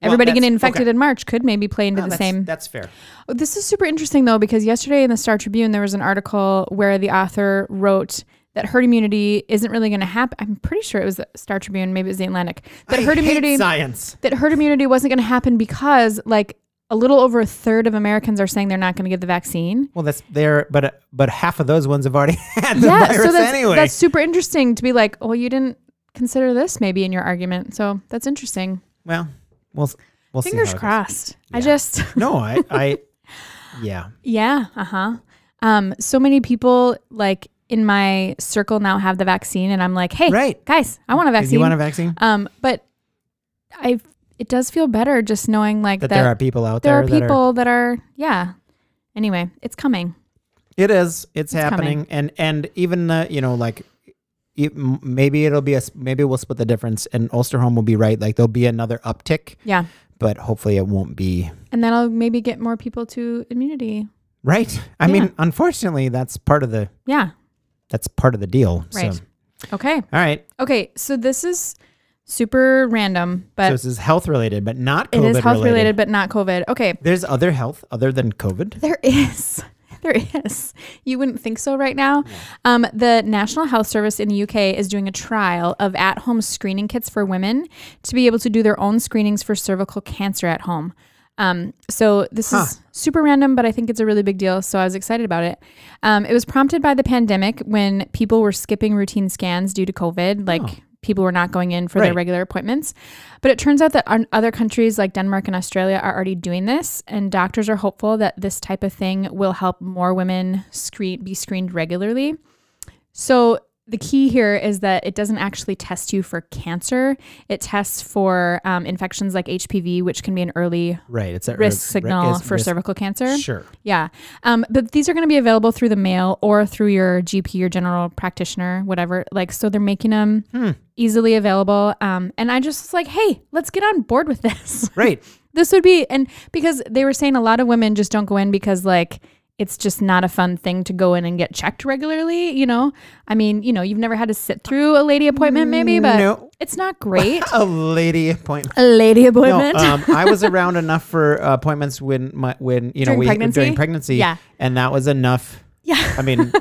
everybody that's- getting infected okay. in March could maybe play into Oh, the that's- same. That's fair. Oh, This is super interesting though, because yesterday in the Star Tribune there was an article where the author wrote that herd immunity isn't really going to happen. I'm pretty sure it was the Star Tribune, maybe it was the Atlantic. That I herd hate immunity science. that herd immunity wasn't going to happen because like a little over a third of Americans are saying they're not going to get the vaccine. Well, that's there, but but half of those ones have already had the virus so that's anyway. that's super interesting to be like, oh, you didn't consider this maybe in your argument. So that's interesting. well, we'll we'll Fingers see. how it crossed. I just goes. No, I I yeah. Yeah. Uh huh. Um, so many people like in my circle now have the vaccine, and I'm like, hey, Right. guys, I want a If vaccine. you want a vaccine? um, but I, it does feel better just knowing like That that, there are people out there there, are people that are, yeah. Anyway, it's coming. It is. It's, happening, coming. and and even uh, you know like. It, m- maybe it'll be a s- maybe we'll split the difference and Ulsterholm will be right like there'll be another uptick Yeah, but hopefully it won't be and then I'll maybe get more people to immunity. right I Yeah. mean unfortunately that's part of the Yeah. that's part of the deal Right. so Okay. all right Okay. So this is super random, so but this is health related but not Uh, it COVID is health related. related but not COVID. Okay. There's other health other than COVID. There is. There is. You wouldn't think so right now. Um, the National Health Service in the UK is doing a trial of at home screening kits for women to be able to do their own screenings for cervical cancer at home. Um, so this is super random, but I think it's a really big deal. So I was excited about it. Um, it was prompted by the pandemic when people were skipping routine scans due to COVID, like people were not going in for their Right. regular appointments. But it turns out that on other countries like Denmark and Australia are already doing this, and doctors are hopeful that this type of thing will help more women screen be screened regularly. So the key here is that it doesn't actually test you for cancer. It tests for um, infections like HPV, which can be an early Right. It's a risk signal for risk, cervical cancer. Sure. Yeah. Um, but these are going to be available through the mail or through your GP, your general practitioner, whatever. Like, so they're making them Hmm. easily available. Um, and I just was like, hey, let's get on board with this. Right. this would be, and because they were saying a lot of women just don't go in because, like, it's just not a fun thing to go in and get checked regularly, you know? I mean, you know, you've never had to sit through a lady appointment, maybe, but No. it's not great. A lady appointment. a lady No, appointment. um, I was around enough for uh, appointments when my, when you know During we pregnancy? during pregnancy, Yeah. and that was enough. yeah. I mean,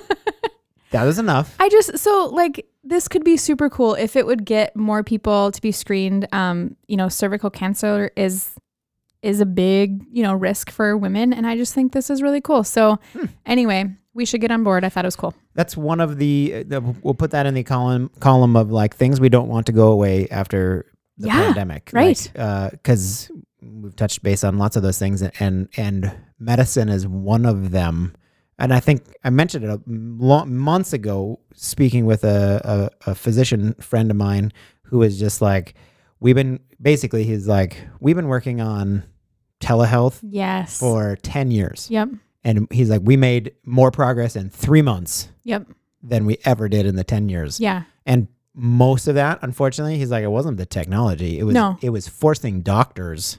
that was enough. I just so like this could be super cool if it would get more people to be screened. Um, you know, cervical cancer is is a big you know risk for women, and I just think this is really cool. So Hmm. anyway, we should get on board. I thought it was cool. That's one of the, uh, we'll put that in the column column of like things we don't want to go away after the Yeah, pandemic, right. Because we've touched base on lots of those things, and and medicine is one of them. And I think I mentioned it a lo- months ago, speaking with a, a, a physician friend of mine who is just like, we've been basically, he's like, we've been working on telehealth Yes. for 10 years. Yep. And he's like, we made more progress in three months Yep. than we ever did in the 10 years. Yeah. And most of that, unfortunately, he's like, it wasn't the technology. It was No. it was forcing doctors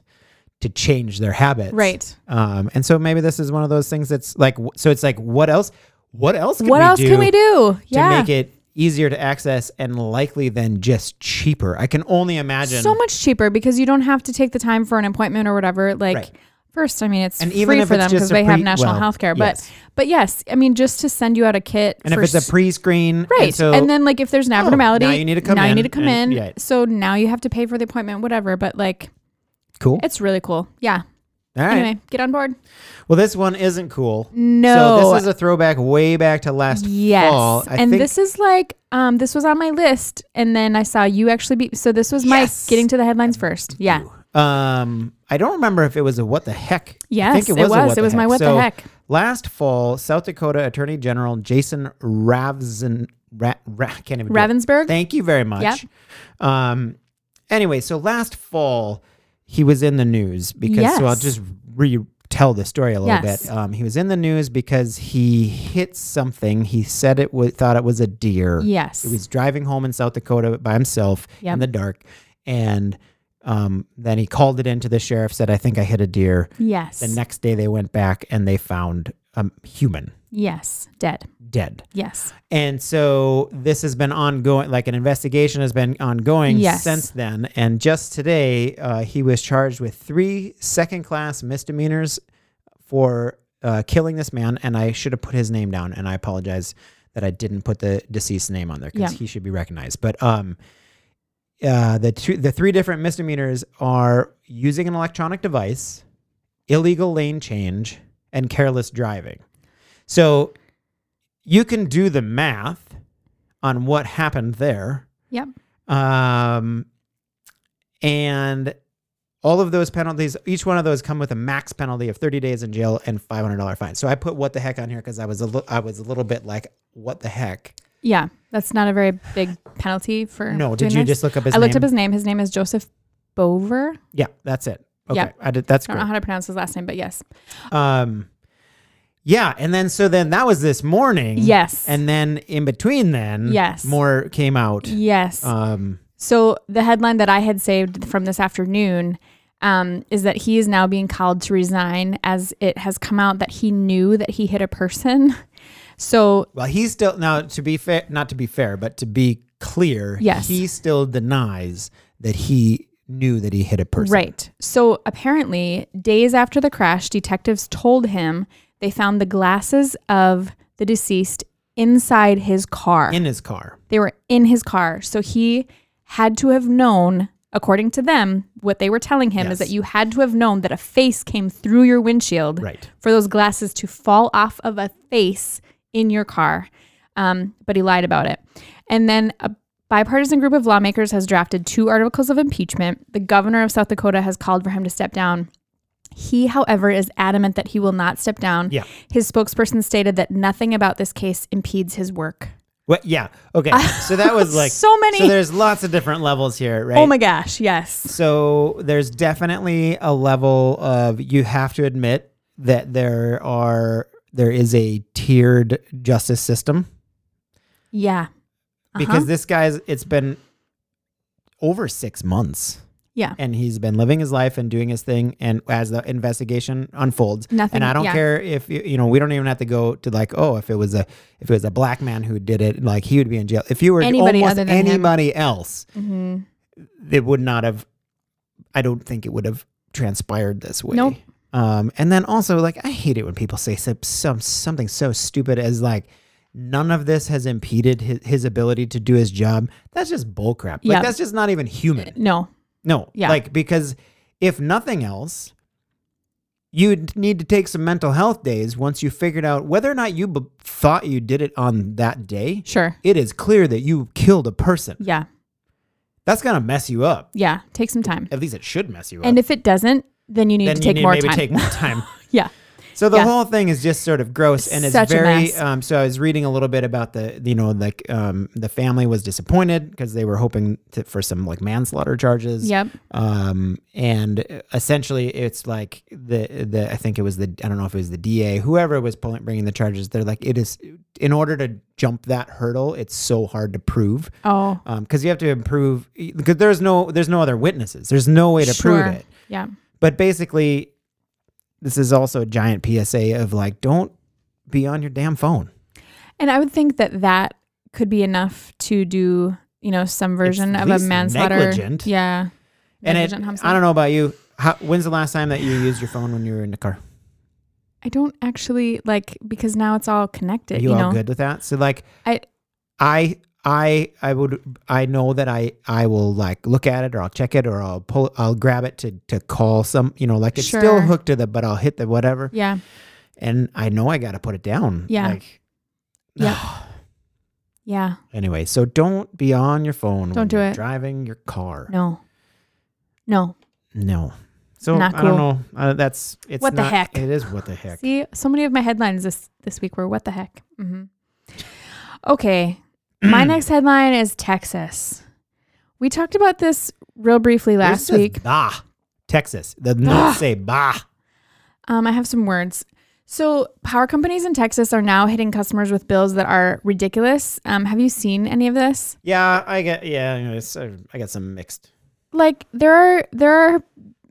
to change their habits. Right. Um, and so maybe this is one of those things that's like w- so it's like what else what else can What we else do can we do? to yeah. make it easier to access and likely than just cheaper? I can only imagine so much cheaper because you don't have to take the time for an appointment or whatever. Like Right. first, I mean, it's And free even if for it's them just because a they have pre- national well, health care. But yes. but yes, I mean, just to send you out a kit. and if for it's a s- pre-screen Right. and, so, then like if there's an abnormality, Oh, now you need to come now you in need to come and- in. yeah. So now you have to pay for the appointment, whatever. But like cool it's really cool. Yeah. all right Anyway, get on board. well this one isn't cool No. so this is a throwback way back to last Yes. fall I and think- this is like um this was on my list and then I saw you actually be so this was my Yes. getting to the headlines first. Yeah. Um, I don't remember if it was a what the heck. Yes, I think it it was. a was. what It the was my heck. what the So, heck. Last fall, South Dakota Attorney General Jason Ravzen, Ra, Ra, can't even do it. Ravensburg? Thank you very much. Yep. Um, anyway, so last fall, he was in the news because. So I'll Yes. just retell the story a little Yes. bit. Um, he was in the news because he hit something. He said it was thought it was a deer. Yes. He was driving home in South Dakota by himself Yep. in the dark. And um, then he called it into the sheriff, said, I think I hit a deer. yes. The next day they went back and they found a human yes. Dead. dead. Yes. And so this has been ongoing, like an investigation has been ongoing Yes. since then. And just today, uh, he was charged with three second class misdemeanors for uh, killing this man. And I should have put his name down. And I apologize that I didn't put the deceased name on there because Yeah. he should be recognized. But um, uh, the, two, the three different misdemeanors are using an electronic device, illegal lane change, and careless driving. So you can do the math on what happened there. Yep. Um, and all of those penalties, each one of those come with a max penalty of 30 days in jail and $500 fine. So I put what the heck on here because I was a li- I was a little bit like, what the heck? Yeah. That's not a very big penalty for No, did doing you this. just look up his I name? looked up his name. His name is Joseph Bover. Yeah, that's it. Okay. Yeah. Uh-huh. I did, that's I don't great. know how to pronounce his last name, but yes. Um, yeah, and then so then that was this morning. Yes. And then in between then, Yes. more came out. Yes. Um, So the headline that I had saved from this afternoon um, is that he is now being called to resign as it has come out that he knew that he hit a person. So well, he's still now to be fair, not to be fair, but to be clear, Yes. he still denies that he knew that he hit a person. right. So apparently, days after the crash, detectives told him they found the glasses of the deceased inside his car. in his car. They were in his car. So he had to have known, according to them, what they were telling him is Yes. that you had to have known that a face came through your windshield Right. for those glasses to fall off of a face in your car. Um, but he lied about it. And then a bipartisan group of lawmakers has drafted two articles of impeachment. The governor of South Dakota has called for him to step down. He, however, is adamant that he will not step down. Yeah. His spokesperson stated that nothing about this case impedes his work. What? Yeah. Okay. So that was like So many. So there's lots of different levels here, right? Oh my gosh, yes. So there's definitely a level of you have to admit that there are there is a tiered justice system Yeah. Uh-huh. because this guy's it's been over 6 months Yeah. and he's been living his life and doing his thing and as the investigation unfolds Nothing- and I don't yeah. care if you you know we don't even have to go to like oh if it was a if it was a black man who did it like he would be in jail if you were Anybody almost other than him. anybody else Mhm. it would not have i don't think it would have transpired this way Nope. um and then also like i hate it when people say some, some something so stupid as like none of this has impeded his, his ability to do his job Um, that's just bullcrap like Yep. that's just not even human No. no Yeah. like because if nothing else you'd need to take some mental health days once you figured out whether or not you b- thought you did it on that day Sure. it is clear that you killed a person Yeah. that's gonna mess you up Yeah. Take some time. at least it should mess you up. And if it doesn't, then you need then to you take need to more maybe time. take more time. yeah. So the Yeah. whole thing is just sort of gross, and it's Such a very. mess. Um, so I was reading a little bit about the, you know, like um, the family was disappointed because they were hoping to, for some like manslaughter charges. Yep. Um, and essentially, it's like the the I think it was the I don't know if it was the DA, whoever was pulling bringing the charges. They're like, it is in order to jump that hurdle, it's so hard to prove Oh. because you have to improve because there's no there's no other witnesses. There's no way to sure. prove it. Yeah. But basically, this is also a giant PSA of like, don't be on your damn phone. And I would think that that could be enough to do, you know, some version at of a least manslaughter. negligent. Yeah. And it, Negligent homicide. I don't know about you. How, when's the last time that you used your phone when you were in the car? I don't actually like because now it's all Are connected. you, You, all know, good with that? So like, I- I, I, I would, I know that I, I will like look at it or I'll check it or I'll pull, I'll grab it to to call some, you know, like it's still Sure. hooked to the, but I'll hit the whatever, yeah, and I know I got to put it down. Yeah. Like, yeah, anyway, so don't be on your phone. when Don't do you're it. Driving your car. no, no. No. So Not I don't cool. know. Uh, that's it's What the not- heck? It is what the heck. See, so many of my headlines this this week were what the heck. Mm-hmm. hmm Okay, my next headline is Texas. We talked about this real briefly Yours last says week. Bah, Texas. The notes say bah. Um, I have some words. So, power companies in Texas are now hitting customers with bills that are ridiculous. Um, have you seen any of this? Yeah, I get. Yeah, you know, it's, uh, I got some mixed. like there are there are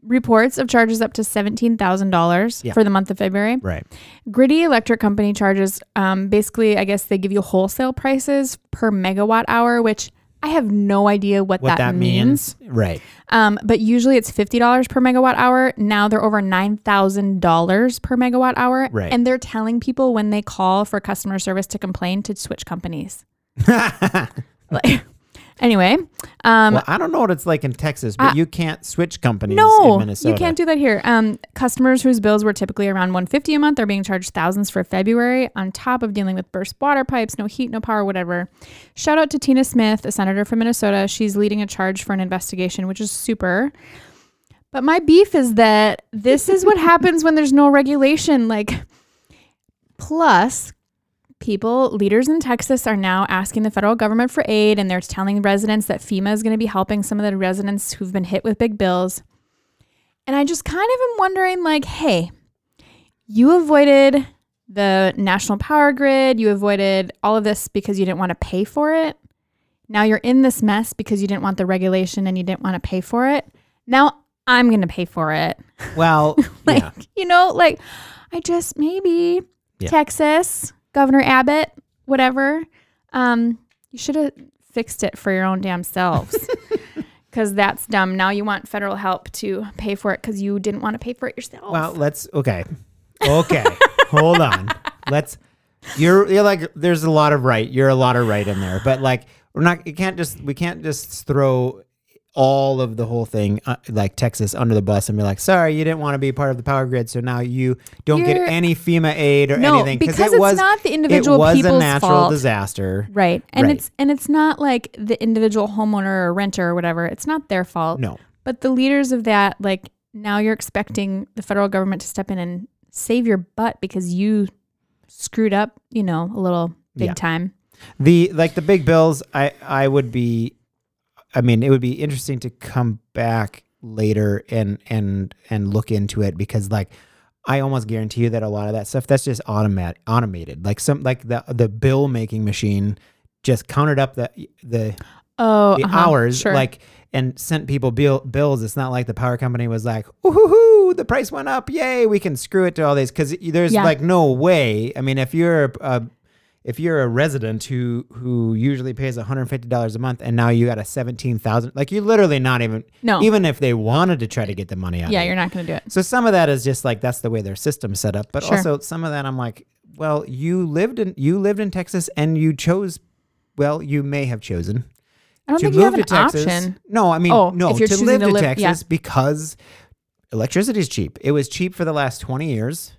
reports of charges up to seventeen thousand dollars Yeah. for the month of February. Right. Gritty Electric Company charges um, basically, I guess they give you wholesale prices per megawatt hour, which I have no idea what, What that, means. Right. Um, but usually it's fifty dollars per megawatt hour. Now they're over nine thousand dollars per megawatt hour, Right. and they're telling people when they call for customer service to complain to switch companies. Like- anyway, um, well, I don't know what it's like in Texas, but you can't switch companies in No, Minnesota. you can't do that here. Um, customers whose bills were typically around 150 a month are being charged thousands for February on top of dealing with burst water pipes, no heat, no power, whatever. Shout out to Tina Smith, a senator from Minnesota. She's leading a charge for an investigation, which is super. But my beef is that this is what happens when there's no regulation. Like, plus, people, leaders in Texas are now asking the federal government for aid, and they're telling residents that FEMA is going to be helping some of the residents who've been hit with big bills. And I just kind of am wondering like, hey, you avoided the national power grid, you avoided all of this because you didn't want to pay for it. Now you're in this mess because you didn't want the regulation and you didn't want to pay for it. Now I'm going to pay for it. Well, Like, yeah. you know, like I just maybe Yeah. Texas, Governor Abbott, whatever. Um, you should have fixed it for your own damn selves. Cause that's dumb. Now you want federal help to pay for it because you didn't want to pay for it yourself. Well, let's. Okay. Okay. Hold on. Let's. You're you're like there's a lot of right. You're a lot of right in there, but like we're not. You can't just we can't just throw all of the whole thing uh, like Texas under the bus and be like, sorry, you didn't want to be part of the power grid, so now you don't You're- get any FEMA aid or No, anything because it's not the individual It was a people's natural fault. disaster. Right. And Right. it's and it's not like the individual homeowner or renter or whatever. It's not their fault. No. But the leaders of that, like now you're expecting the federal government to step in and save your butt because you screwed up, you know, a little big Yeah. time. The like the big bills, I I would be, I mean, it would be interesting to come back later and and and look into it because like I almost guarantee you that a lot of that stuff that's just automatic automated like some like the the bill making machine just counted up the the Oh, the uh-huh, hours sure. like and sent people bill, bills it's not like the power company was like ooh the price went up yay we can screw it to all these because there's Yeah. like no way i mean if you're a if you're a resident who who usually pays $150 a month and now you got a 17000 like you're literally not even No. even if they wanted to try to get the money out yeah, of it. you're not going to do it. so some of that is just like that's the way their system's set up but Sure. also some of that i'm like well you lived in you lived in texas and you chose well you may have chosen I don't to think you move have to an Texas. option. No, I mean, Oh, no, if you're to choosing live to to live- Texas yeah. because electricity is cheap. It was cheap for the last 20 years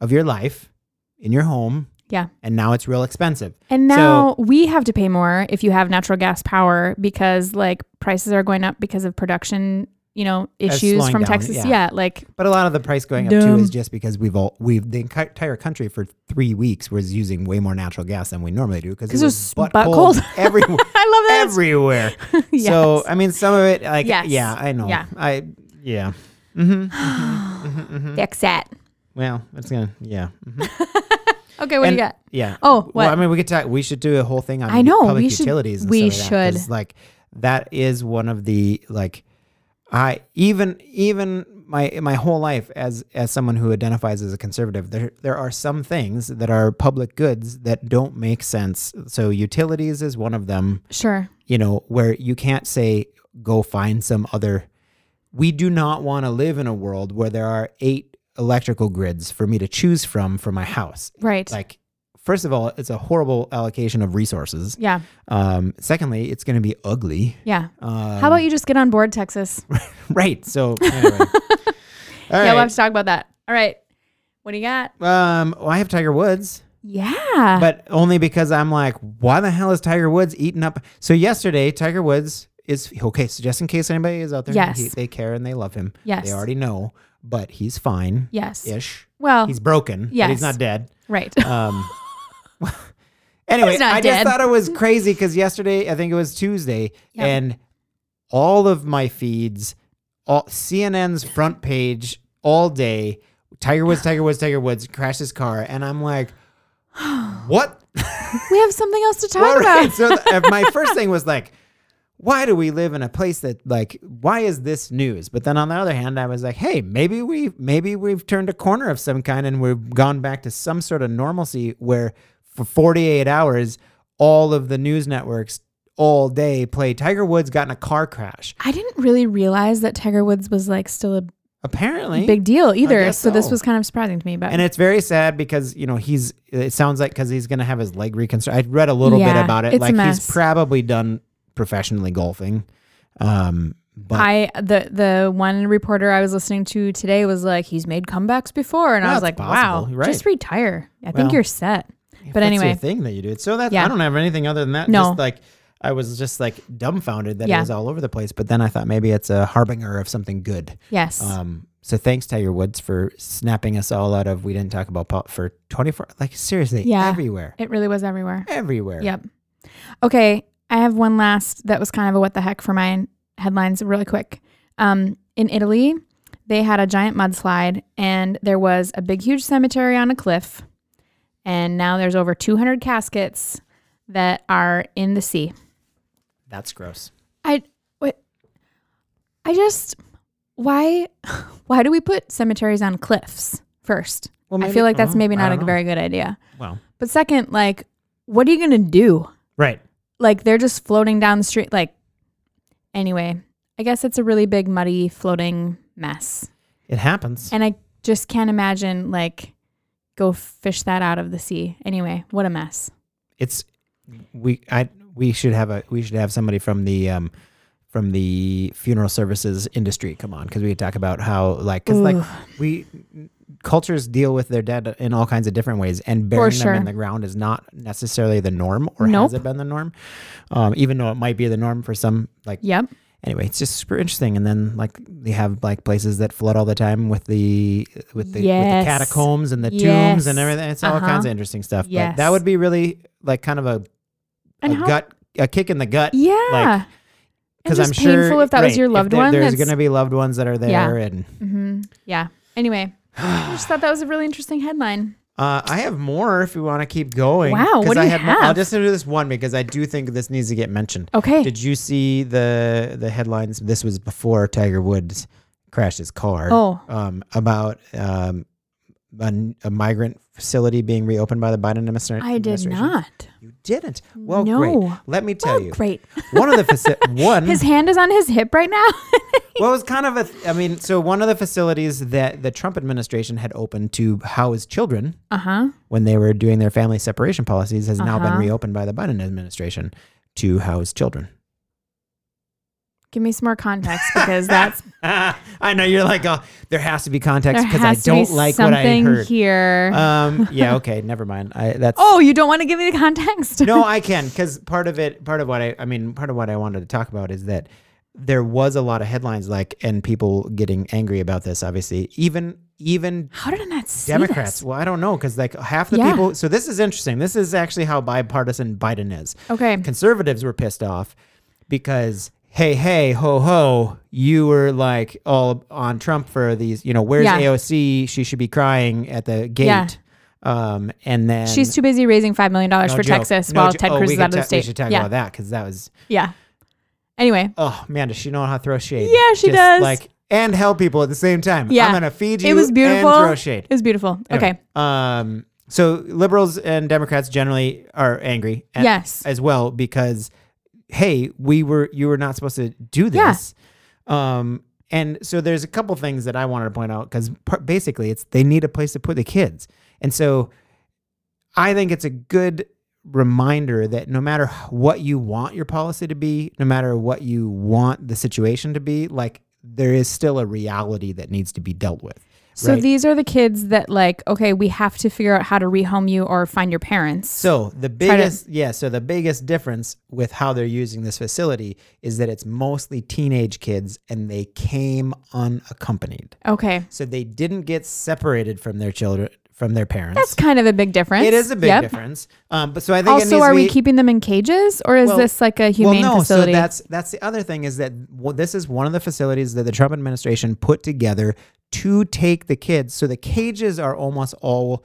of your life in your home, Yeah. and now it's real expensive. And So- now we have to pay more if you have natural gas power because like prices are going up because of production, you know, That's issues slowing from down, Texas. yeah. Yeah. like But a lot of the price going up too Dumb. is just because we've all we've the enci- entire country for three weeks was using way more natural gas than we normally do because 'Cause it it was was butt butt cold, cold. everywhere. I love that. it's- everywhere. Yes. So I mean, some of it like Yes. yeah, I know. Yeah. I yeah. Mm-hmm. fix that. Well, it's gonna yeah. Okay, what And- do you got? Yeah. Oh, Well, what? I mean, we could talk. We should do a whole thing on. I know, public we should- utilities. and we stuff like that, 'cause, should. like that is one of the like I even even my my whole life as as someone who identifies as a conservative, there there are some things that are public goods that don't make sense. So utilities is one of them Sure. you know, where you can't say, go find some other. We do not want to live in a world where there are eight electrical grids for me to choose from for my house. Right. Like, first of all, it's a horrible allocation of resources. yeah. Um, secondly, it's going to be ugly. Yeah. Um, How about you just get on board, Texas? Right. So, anyway. all yeah, we'll right. have to talk about that. All right. What do you got? um, well, I have Tiger Woods, Yeah. but only because I'm like, why the hell is Tiger Woods eating up? So, yesterday, Tiger Woods is okay. So, just in case anybody is out there, and Yes. he- they care and they love him. yes. They already know, but he's fine yes. ish. Well, He's broken, but he's Yes. not dead. right. Um, anyway, He's not I dead. just thought it was crazy because yesterday, I think it was Tuesday, Yeah. and all of my feeds, all CNN's front page all day, Tiger Woods, Tiger Woods, Tiger Woods crashed his car, and I'm like, what? we have something else to talk All about. right. So th- my first thing was like, why do we live in a place that like why is this news? But then on the other hand, I was like, hey, maybe we maybe we've turned a corner of some kind and we've gone back to some sort of normalcy where for 48 hours all of the news networks all day play Tiger Woods got in a car crash. I didn't really realize that Tiger Woods was like still a Apparently. big deal either. Mm-hmm. guess So, this so. was kind of surprising to me. But and it's very sad because you know he's. It sounds like because he's going to have his leg reconstructed. I read a little bit Yeah, about it. it's a like he's mess. probably done professionally golfing. Um, but I the the one reporter I was listening to today was like he's made comebacks before, and Well, I was it's like, possible. wow, You're right. just retire. I Well, think you're set. If But that's your anyway. thing that you do. So that I Yeah. don't have anything other than that. No. Just like I was just like dumbfounded that it Yeah. was all over the place. But then I thought maybe it's a harbinger of something good. Yes. Um. So thanks Tiger Woods for snapping us all out of we didn't talk about pop for 24 like seriously Yeah. everywhere it really was everywhere. everywhere. Yep. Okay, I have one last that was kind of a what the heck for my headlines, really quick. Um, in Italy, they had a giant mudslide, and there was a big, huge cemetery on a cliff, and now there's over 200 caskets that are in the sea. That's gross. I what I just why why do we put cemeteries on cliffs first? Well, I feel like that's well, maybe I not a don't know. very good idea. well. But second, like what are you going to do? Right. Like they're just floating down the street like anyway. I guess it's a really big muddy floating mess. It happens. And I just can't imagine like go fish that out of the sea. Anyway, what a mess. it's we I we should have a we should have somebody from the um from the funeral services industry come on because we could talk about how like because like Ooh. we cultures deal with their dead in all kinds of different ways and burying them in sure. the ground is not necessarily the norm or has Nope. it been the norm um, even though it might be the norm for some like Yep. anyway it's just super interesting and then like they have like places that flood all the time with the with the, with Yes. the catacombs and the tombs Yes. and everything it's all Uh-huh. kinds of interesting stuff but that Yes. would be really like kind of a And a how- gut a kick in the gut. Yeah. Like, and because just I'm sure painful if that right, was your loved there- one. There's That's, going to be loved ones that are there, Yeah. and Mm-hmm. yeah. Anyway, I just thought that was a really interesting headline. uh, I have more if we want to keep going. Wow, what 'cause do I you had more- I'll have? just do this one because I do think this needs to get mentioned. Okay. Did you see the the headlines? This was before Tiger Woods crashed his car. Oh. um, about um, a, n- a migrant facility being reopened by the Biden administra- administration. I did not. You didn't. Well, No. great. Let me tell Oh, you. great. One of the faci- one His hand is on his hip right now. well, it was kind of a. th- I mean, so one of the facilities that the Trump administration had opened to house children uh huh. when they were doing their family separation policies has now been Uh-huh. reopened by the Biden administration to house children. Give me some more context because that's Ah, I know you're like, oh, there has to be context there because I has to be don't like what I something heard. here. Um, yeah, okay, never mind. I that's oh, you don't want to give me the context? no, I can because part of it, part of what I, I mean, part of what I wanted to talk about is that there was a lot of headlines like, and people getting angry about this. Obviously, even even How did I not see Democrats. this? Well, I don't know because like half the Yeah. people. So this is interesting. This is actually how bipartisan Biden is. Okay. Conservatives were pissed off because hey hey ho ho you were like all on Trump for these you know where's Yeah. AOC she should be crying at the gate Yeah. um and then She's too busy raising five million dollars No for joke. Texas No while jo- Ted oh, Cruz we is could out of the ta- we state. should talk yeah. about that because that was Yeah. Anyway, oh man does she know how to throw shade Yeah, she Just, does. like and help people at the same time yeah. I'm gonna feed you It was beautiful. and throw shade It was beautiful. Anyway, Okay. Um. So liberals and Democrats generally are angry. a- Yes. As well because, hey, we were you were not supposed to do Yeah. this. Um. And so there's a couple things that I wanted to point out because basically it's they need a place to put the kids, and so I think it's a good reminder that no matter what you want your policy to be, no matter what you want the situation to be, like there is still a reality that needs to be dealt with. So right? these are the kids that like, okay, we have to figure out how to rehome you or find your parents. So the to- biggest, yeah. So the biggest difference with how they're using this facility is that it's mostly teenage kids, and they came unaccompanied. okay. So they didn't get separated from their children, from their parents. That's kind of a big difference. it is a big Yep. difference. Um, but so I think it Also, needs are to we be, keeping them in cages or is Well- this like a humane well, no, facility? So that's that's the other thing is that well, this is one of the facilities that the Trump administration put together to take the kids. So the cages are almost all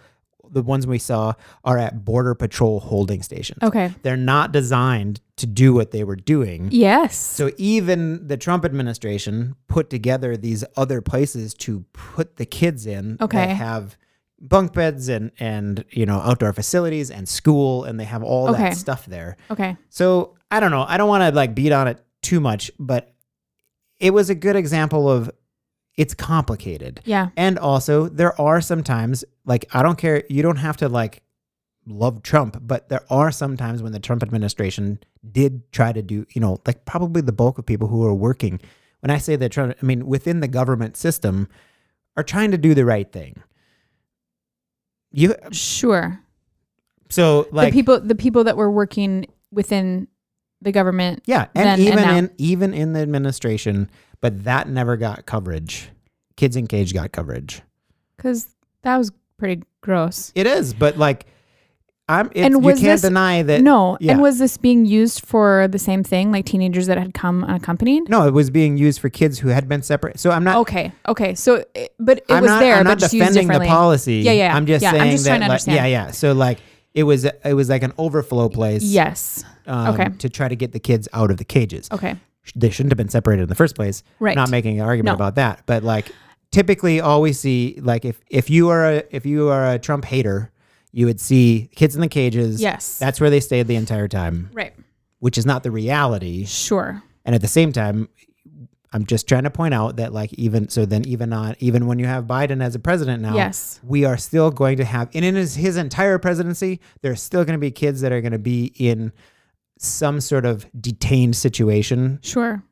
the ones we saw are at border patrol holding stations. Okay. They're not designed to do what they were doing. yes. So even the Trump administration put together these other places to put the kids in Okay. that have bunk beds and and you know outdoor facilities and school and they have all Okay. that stuff there. okay. So I don't know. I don't want to like beat on it too much, but it was a good example of it's complicated. Yeah. And also, there are sometimes like I don't care. You don't have to like love Trump, but there are some times when the Trump administration did try to do, you know, like probably the bulk of people who are working. When I say the Trump, I mean within the government system, are trying to do the right thing. You Sure. so Uh, like the people the people that were working within the government. Yeah, and then and even now. in even in the administration, but that never got coverage. Kids in Cage got coverage. Because that was pretty gross. It is, but like I'm it's, And you was can't this- deny that no. yeah. And was this being used for the same thing, like teenagers that had come unaccompanied? no, it was being used for kids who had been separate. So I'm not Okay. Okay. So, it- but it I'm was not, there, I'm but not just used defending the differently. policy. Yeah, yeah, yeah. I'm just Yeah, I'm saying just that trying to like, yeah, understand. yeah. So like it was it was like an overflow place Yes. um, okay. to try to get the kids out of the cages. Okay. sh- they shouldn't have been separated in the first place. Right. Not making an argument No. about that, but like typically, all we see like if if you are a if you are a Trump hater, you would see kids in the cages. Yes. that's where they stayed the entire time, Right. which is not the reality. Sure. And at the same time, I'm just trying to point out that like even so, then even on even when you have Biden as a president now, Yes. we are still going to have and in his, his entire presidency, there's still going to be kids that are going to be in some sort of detained situation Sure.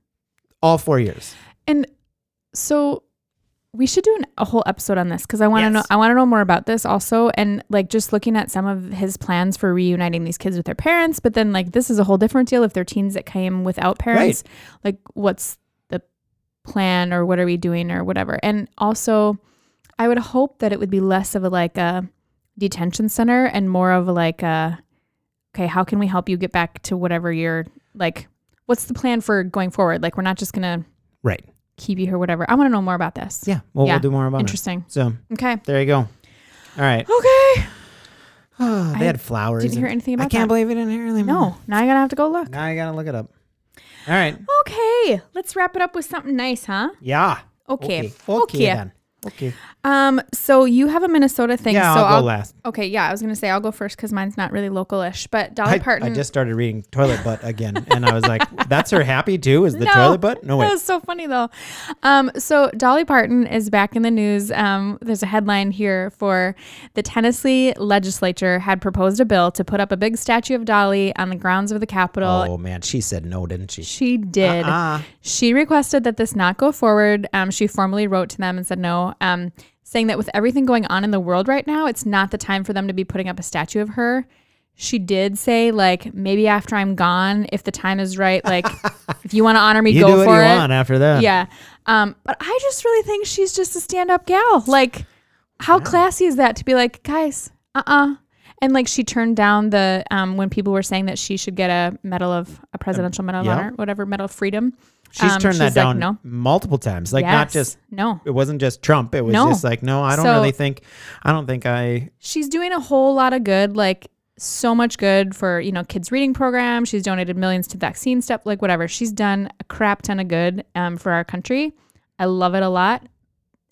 all four years. And so we should do an, a whole episode on this because I want to Yes. know I want to know more about this also and like just looking at some of his plans for reuniting these kids with their parents but then like this is a whole different deal if they're teens that came without parents like what's the plan or what are we doing or whatever and also I would hope that it would be less of a like a detention center and more of like a okay, how can we help you get back to whatever you're like? What's the plan for going forward? Like, we're not just gonna Right. keep you here, whatever. I want to know more about this. Yeah. Well, Yeah. we'll do more about Interesting. it. So Okay. there you go. All right. Okay. Oh, they I had flowers. didn't hear and- anything I about can't that. believe we didn't hear anything. No. Now I'm gonna have to go look. Now I gotta look it up. All right. Okay. Let's wrap it up with something nice, huh? Yeah. Okay. Okay. Okay. Then. okay. Um. So you have a Minnesota thing. Yeah, so I'll go last. Okay. Yeah. I was gonna say I'll go first because mine's not really localish, but Dolly I, Parton. I just started reading toilet butt again, and I was like, "That's her happy too? Is the No. toilet butt? No way." That was so funny though. Um, so Dolly Parton is back in the news. Um, there's a headline here for the Tennessee legislature had proposed a bill to put up a big statue of Dolly on the grounds of the Capitol. Oh man, she said no, didn't she? She did. Uh-uh. She requested that this not go forward. Um, she formally wrote to them and said no, um, saying that with everything going on in the world right now, it's not the time for them to be putting up a statue of her. She did say, like, maybe after I'm gone, if the time is right, like, if you want to honor me, You go do what for you it. want after that. Yeah. Um, but I just really think she's just a stand up gal. Like, how classy is that to be like, guys, uh uh And like she turned down the um, when people were saying that she should get a medal of a presidential medal of Um, yeah. honor, whatever medal of freedom. She's Um, turned that she's like, down no. multiple times. Like not Yes. just no. it wasn't just Trump. It was No. just like, no, I don't So- really think I don't think I She's doing a whole lot of good, like so much good for you know kids reading program. She's donated millions to vaccine stuff, like whatever. She's done a crap ton of good um, for our country. I love it a lot,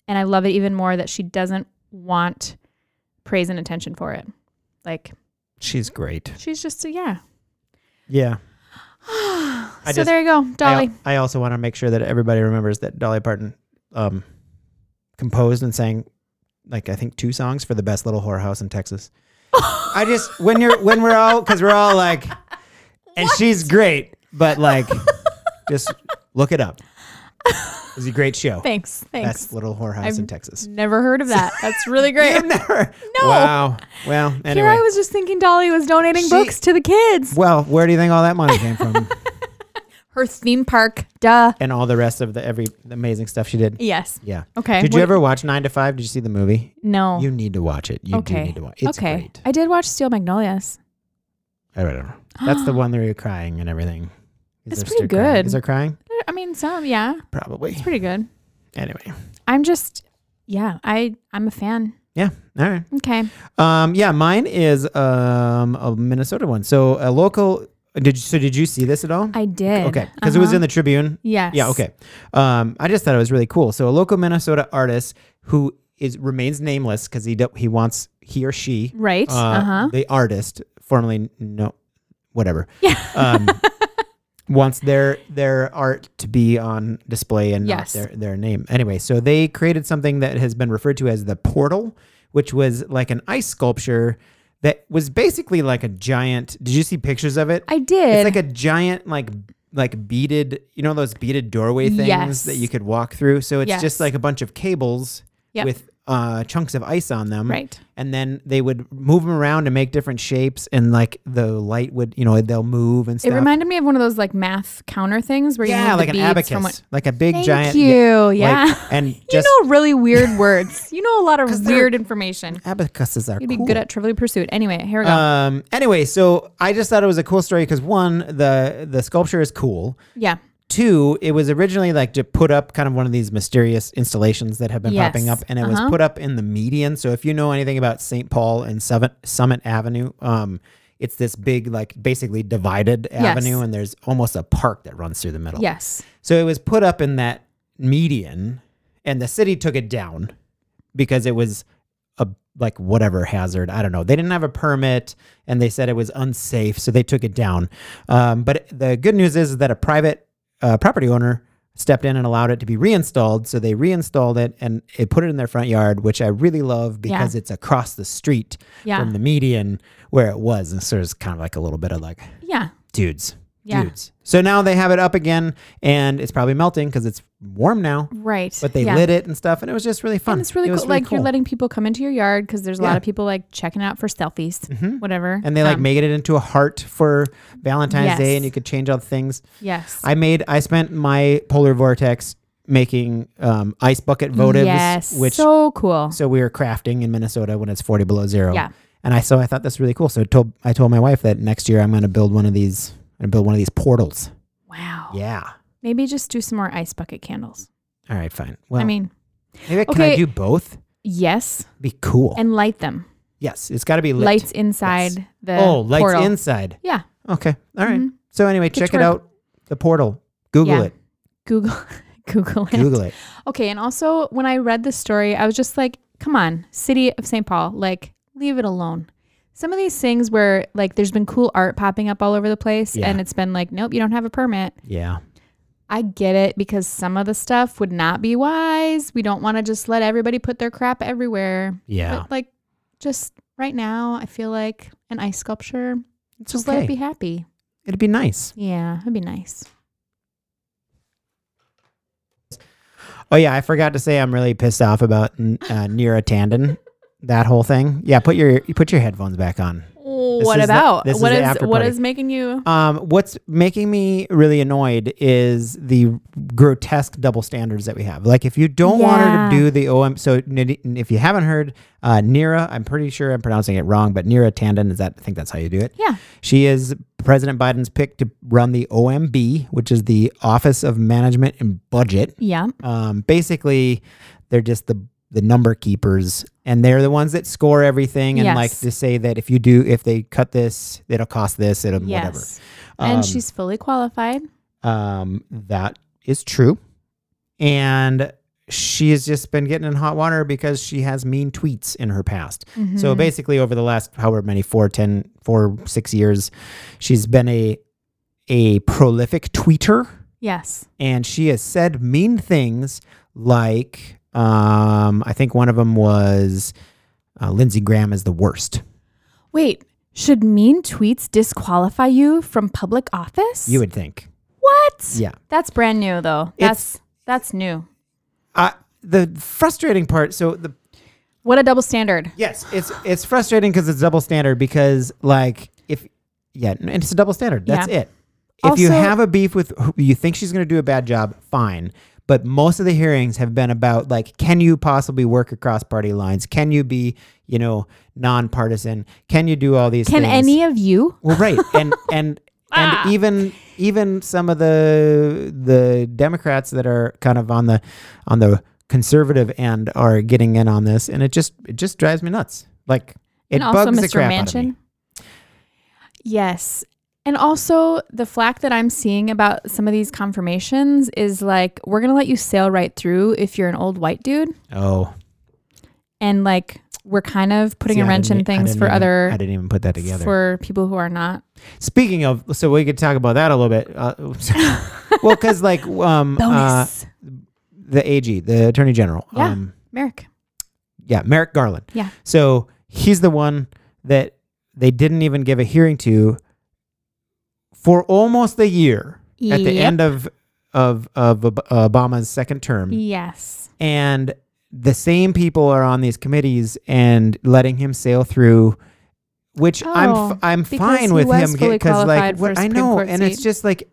and I love it even more that she doesn't want praise and attention for it. Like she's great. she's just a, yeah. Yeah. I so just- there you go, Dolly. I, I also want to make sure that everybody remembers that Dolly Parton um, composed and sang like I think two songs for the best little whorehouse in Texas. I just when you're when we're all because we're all like, and she's great, but like, just look it up. It was a great show. thanks, thanks. Best little whorehouse in Texas. Never heard of that. That's really great. I've never. No. Wow. Well, Here anyway. I was just thinking Dolly was donating She- books to the kids. well, where do you think all that money came from, Her theme park, duh. and all the rest of the every amazing stuff she did? Yes. Yeah. Okay. Did you What- ever watch Nine to Five? Did you see the movie? No. You need to watch it. You do okay. need to watch. It's okay. great. I did watch Steel Magnolias. I don't know. That's the one where you're crying and everything. Is It's there pretty still crying? good. Is there crying? I mean, some yeah, Probably. pretty good. Anyway. I'm just yeah, I I'm a fan. Yeah. All right. Okay. Um. Yeah. Mine is um a Minnesota one. So a local. Did you, so? Did you see this at all? I did. Uh-huh. Okay, because it was in the Tribune. Yes. Yeah. Okay. Um, I just thought it was really cool. So a local Minnesota artist who is remains nameless because he do, he wants he or she Right, uh, uh-huh. the artist formerly no whatever yeah um, wants their their art to be on display and Yes. not their their name anyway. So they created something that has been referred to as the portal, which was like an ice sculpture. That was basically like a giant. Did you see pictures of it? I did. It's like a giant like like beaded, you know those beaded doorway things Yes. that you could walk through. So it's Yes. just like a bunch of cables Yep. with uh, chunks of ice on them, Right. And then they would move them around and make different shapes, and like the light would, you know, they'll move and it stuff. reminded me of one of those like math counter things where you yeah, move like the an beads abacus, From what, like a big Thank giant. you. like- Yeah. and you just know really weird words. You know a lot of they're- weird information. abacuses are You'd be cool. good at Trivial Pursuit. Anyway, here we go. um. Anyway, so I just thought it was a cool story because one, the the sculpture is cool. yeah. two, it was originally like to put up kind of one of these mysterious installations that have been Yes. popping up, and it was put up in the median. So if you know anything about St. Paul and Summit, Summit Avenue, um, it's this big, like basically divided avenue, and there's almost a park that runs through the middle. Yes. So it was put up in that median, and the city took it down because it was a like whatever hazard. I don't know. They didn't have a permit, and they said it was unsafe, so they took it down. Um, but the good news is that a private uh, property owner stepped in and allowed it to be reinstalled. So they reinstalled it and it put it in their front yard, which I really love because it's across the street Yeah. from the median where it was. And so there's kind of like a little bit of like Yeah. dudes. Yeah. Dudes. So now they have it up again and it's probably melting because it's warm now. Right. But they yeah. lit it and stuff and it was just really fun. And it's really It cool. was like you're letting people come into your yard because there's a Yeah. Mm-hmm. lot of people like checking out for selfies, whatever. and they like Um, made it into a heart for Valentine's Yes. Day and you could change all the things. yes. I made I spent my polar vortex making um, ice bucket votives, yes. which so cool. So we were crafting in Minnesota when it's 40 below zero. Yeah. And I so I thought that's really cool. So I told I told my wife that next year I'm going to build one of these. I'm going to build one of these portals. Wow. Yeah. Maybe just do some more ice bucket candles. All right, fine. Well, I mean, maybe I- can I okay. do both? yes, Be cool. and light them. yes, it's got to be lit. Lights inside the oh, lights portal. inside. Yeah. Okay. All right. Mhm. So anyway, Good check work. it out. The portal. Google Yeah. it. Google Google it. Google it. Okay, and also when I read this story, I was just like, come on, city of St. Paul, like leave it alone. Some of these things where like there's been cool art popping up all over the place Yeah. and it's been like, nope, you don't have a permit. Yeah. I get it because some of the stuff would not be wise. We don't want to just let everybody put their crap everywhere. Yeah. But like just right now, I feel like an ice sculpture, It's just just okay. let it be happy. It'd be nice. Yeah, that'd be nice. Oh yeah, I forgot to say I'm really pissed off about n- uh, Neera Tanden, that whole thing. Yeah, put your you put your headphones back on. What is the- about? this is what the is after what party. is making you Um, what's making me really annoyed is the grotesque double standards that we have. Like, if you don't want her Yeah. to do the OM, so Nadi- if you haven't heard, uh, Neera, I'm pretty sure I'm pronouncing it wrong, but Neera Tanden is that I think that's how you do it. Yeah. She is President Biden's pick to run the OMB, which is the Office of Management and Budget. Yeah. Um, basically, they're just the the number keepers, and they're the ones that score everything and Yes. like to say that if you do, if they cut this, it'll cost this, it'll whatever. Yes. And Um, she's fully qualified. Um, that is true, and she has just been getting in hot water because she has mean tweets in her past. So basically, over the last however many four, ten, four, six years, she's been a a prolific tweeter Yes. and she has said mean things like um, I think one of them was uh, Lindsey Graham is the worst. Wait, should mean tweets disqualify you from public office? You would think, what? yeah. That's brand new though. That's that's new. Uh, the frustrating part. So the What a double standard. yes, it's it's frustrating because it's double standard. Because like if yeah, and it's a double standard. That's Yeah. it. If you Also- have a beef with who you think she's going to do a bad job, fine. But most of the hearings have been about like, can you possibly work across party lines? Can you be, you know, nonpartisan? Can you do all these? Can things? any of you? Well, right, and and Ah. and even even some of the the Democrats that are kind of on the on the conservative end are getting in on this, and it just it just drives me nuts. Like it and also bugs Mr. the crap out of me. Manchin. Yes. And also the flack that I'm seeing about some of these confirmations is like we're gonna let you sail right through if you're an old white dude Oh, and like we're kind of putting see, a I wrench didn't e- in I things didn't for even- I other didn't even put that together. for people who are not Speaking of, so we could talk about that a little bit. Uh, oops. well, because like um uh, bonus. the AG, the Attorney General, Yeah. um, Merrick. yeah, Merrick Garland. Yeah. So he's the one that they didn't even give a hearing to for almost a year at the Yep. end of of of Ob- Obama's second term, Yes. and the same people are on these committees and letting him sail through. Which I'm Oh, f- I'm because fine he with was him fully because like qualified what for I Supreme know, Court and it's seat. just like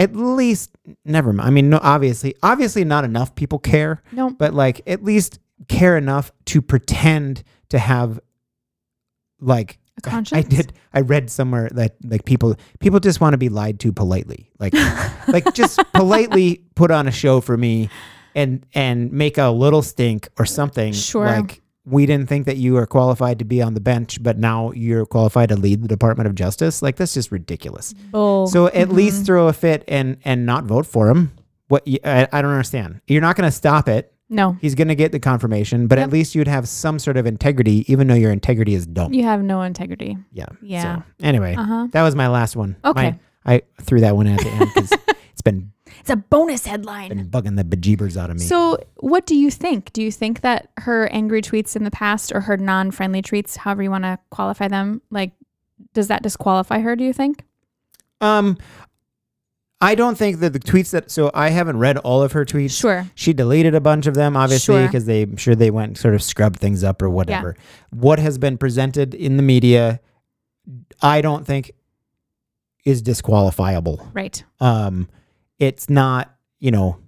at least never mind. I mean, no, obviously, obviously, not enough people care No. but like at least care enough to pretend to have like A I- I conscience? did I read somewhere that like people people just want to be lied to politely. Like like just politely put on a show for me and and make a little stink or something. Sure. Like we didn't think that you were qualified to be on the bench, but now you're qualified to lead the Department of Justice. Like that's just ridiculous. Bull. So at mm-hmm. least throw a fit and and not vote for him. What y- I, I don't understand. You're not going to stop it. no. He's going to get the confirmation, but at Yep. least you'd have some sort of integrity, even though your integrity is dumb. You have no integrity. Yeah. Yeah. So, anyway, Uh-huh. that was my last one. My- Okay. I threw that one at the end because it's been, It's a bonus headline. been bugging the bejeebers out of me. So, what do you think? Do you think that her angry tweets in the past or her non friendly tweets, however you want to qualify them, like, does that disqualify her, do you think? um, I don't think that the tweets that, so I haven't read all of her tweets. Sure. She deleted a bunch of them, obviously, Sure. because they I'm sure they went and sort of scrubbed things up or whatever. What has been presented in the media, I don't think is disqualifiable. Right. um, it's not you know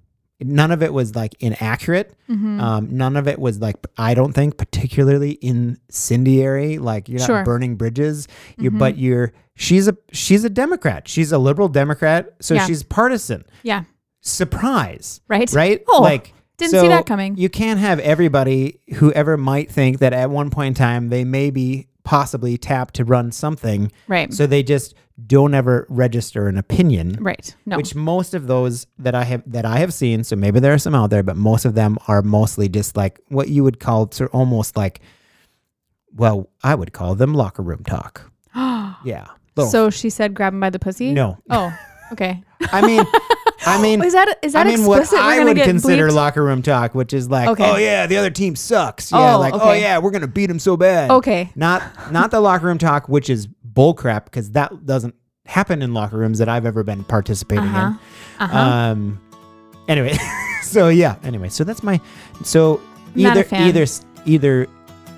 none of it was like inaccurate. Mm-hmm. Um, none of it was like I don't think particularly incendiary. Like you're not Sure. Mm-hmm. burning bridges. You but you're she's a she's a Democrat. She's a liberal Democrat, so Yeah. she's partisan. Yeah. Surprise. Right? Right? Oh, didn't see that coming. You can't have everybody who ever might think that at one point in time they may be possibly tapped to run something. Right. So they just don't ever register an opinion. right. No. Which most of those that I have that I have seen, so maybe there are some out there, but most of them are mostly just like what you would call sort of almost like well, I would call them locker room talk. yeah. Little- so she said, "Grab him by the pussy." No. Oh. Okay. I mean I mean Is that is that I mean, what explicit? We're I gonna would get consider bleeped? locker room talk, which is like, Okay. oh yeah, the other team sucks. Yeah, Oh, like oh okay. yeah, we're gonna beat them so bad. Okay. Not not the locker room talk, which is bullcrap, because that doesn't happen in locker rooms that I've ever been participating Uh-huh. in. Um. Anyway, so yeah. Anyway, so that's my. So Not a either fan. either s- either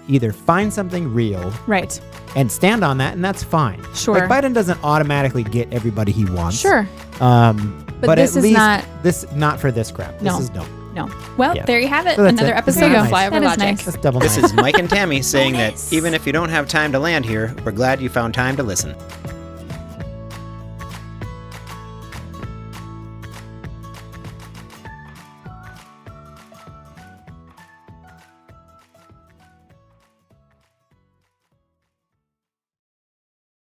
either find something real right. and stand on that, and that's fine. Sure. Like Biden doesn't automatically get everybody he wants. Sure. Um, but, But this at is least not- this not for this crap. No. This is no. No. Well, Yeah. there you have it. So that's Another it. episode Very of nice. Flyover That is Logic. nice. That's double. This nice. is Mike and Tammy saying that Bonus. even if you don't have time to land here, we're glad you found time to listen.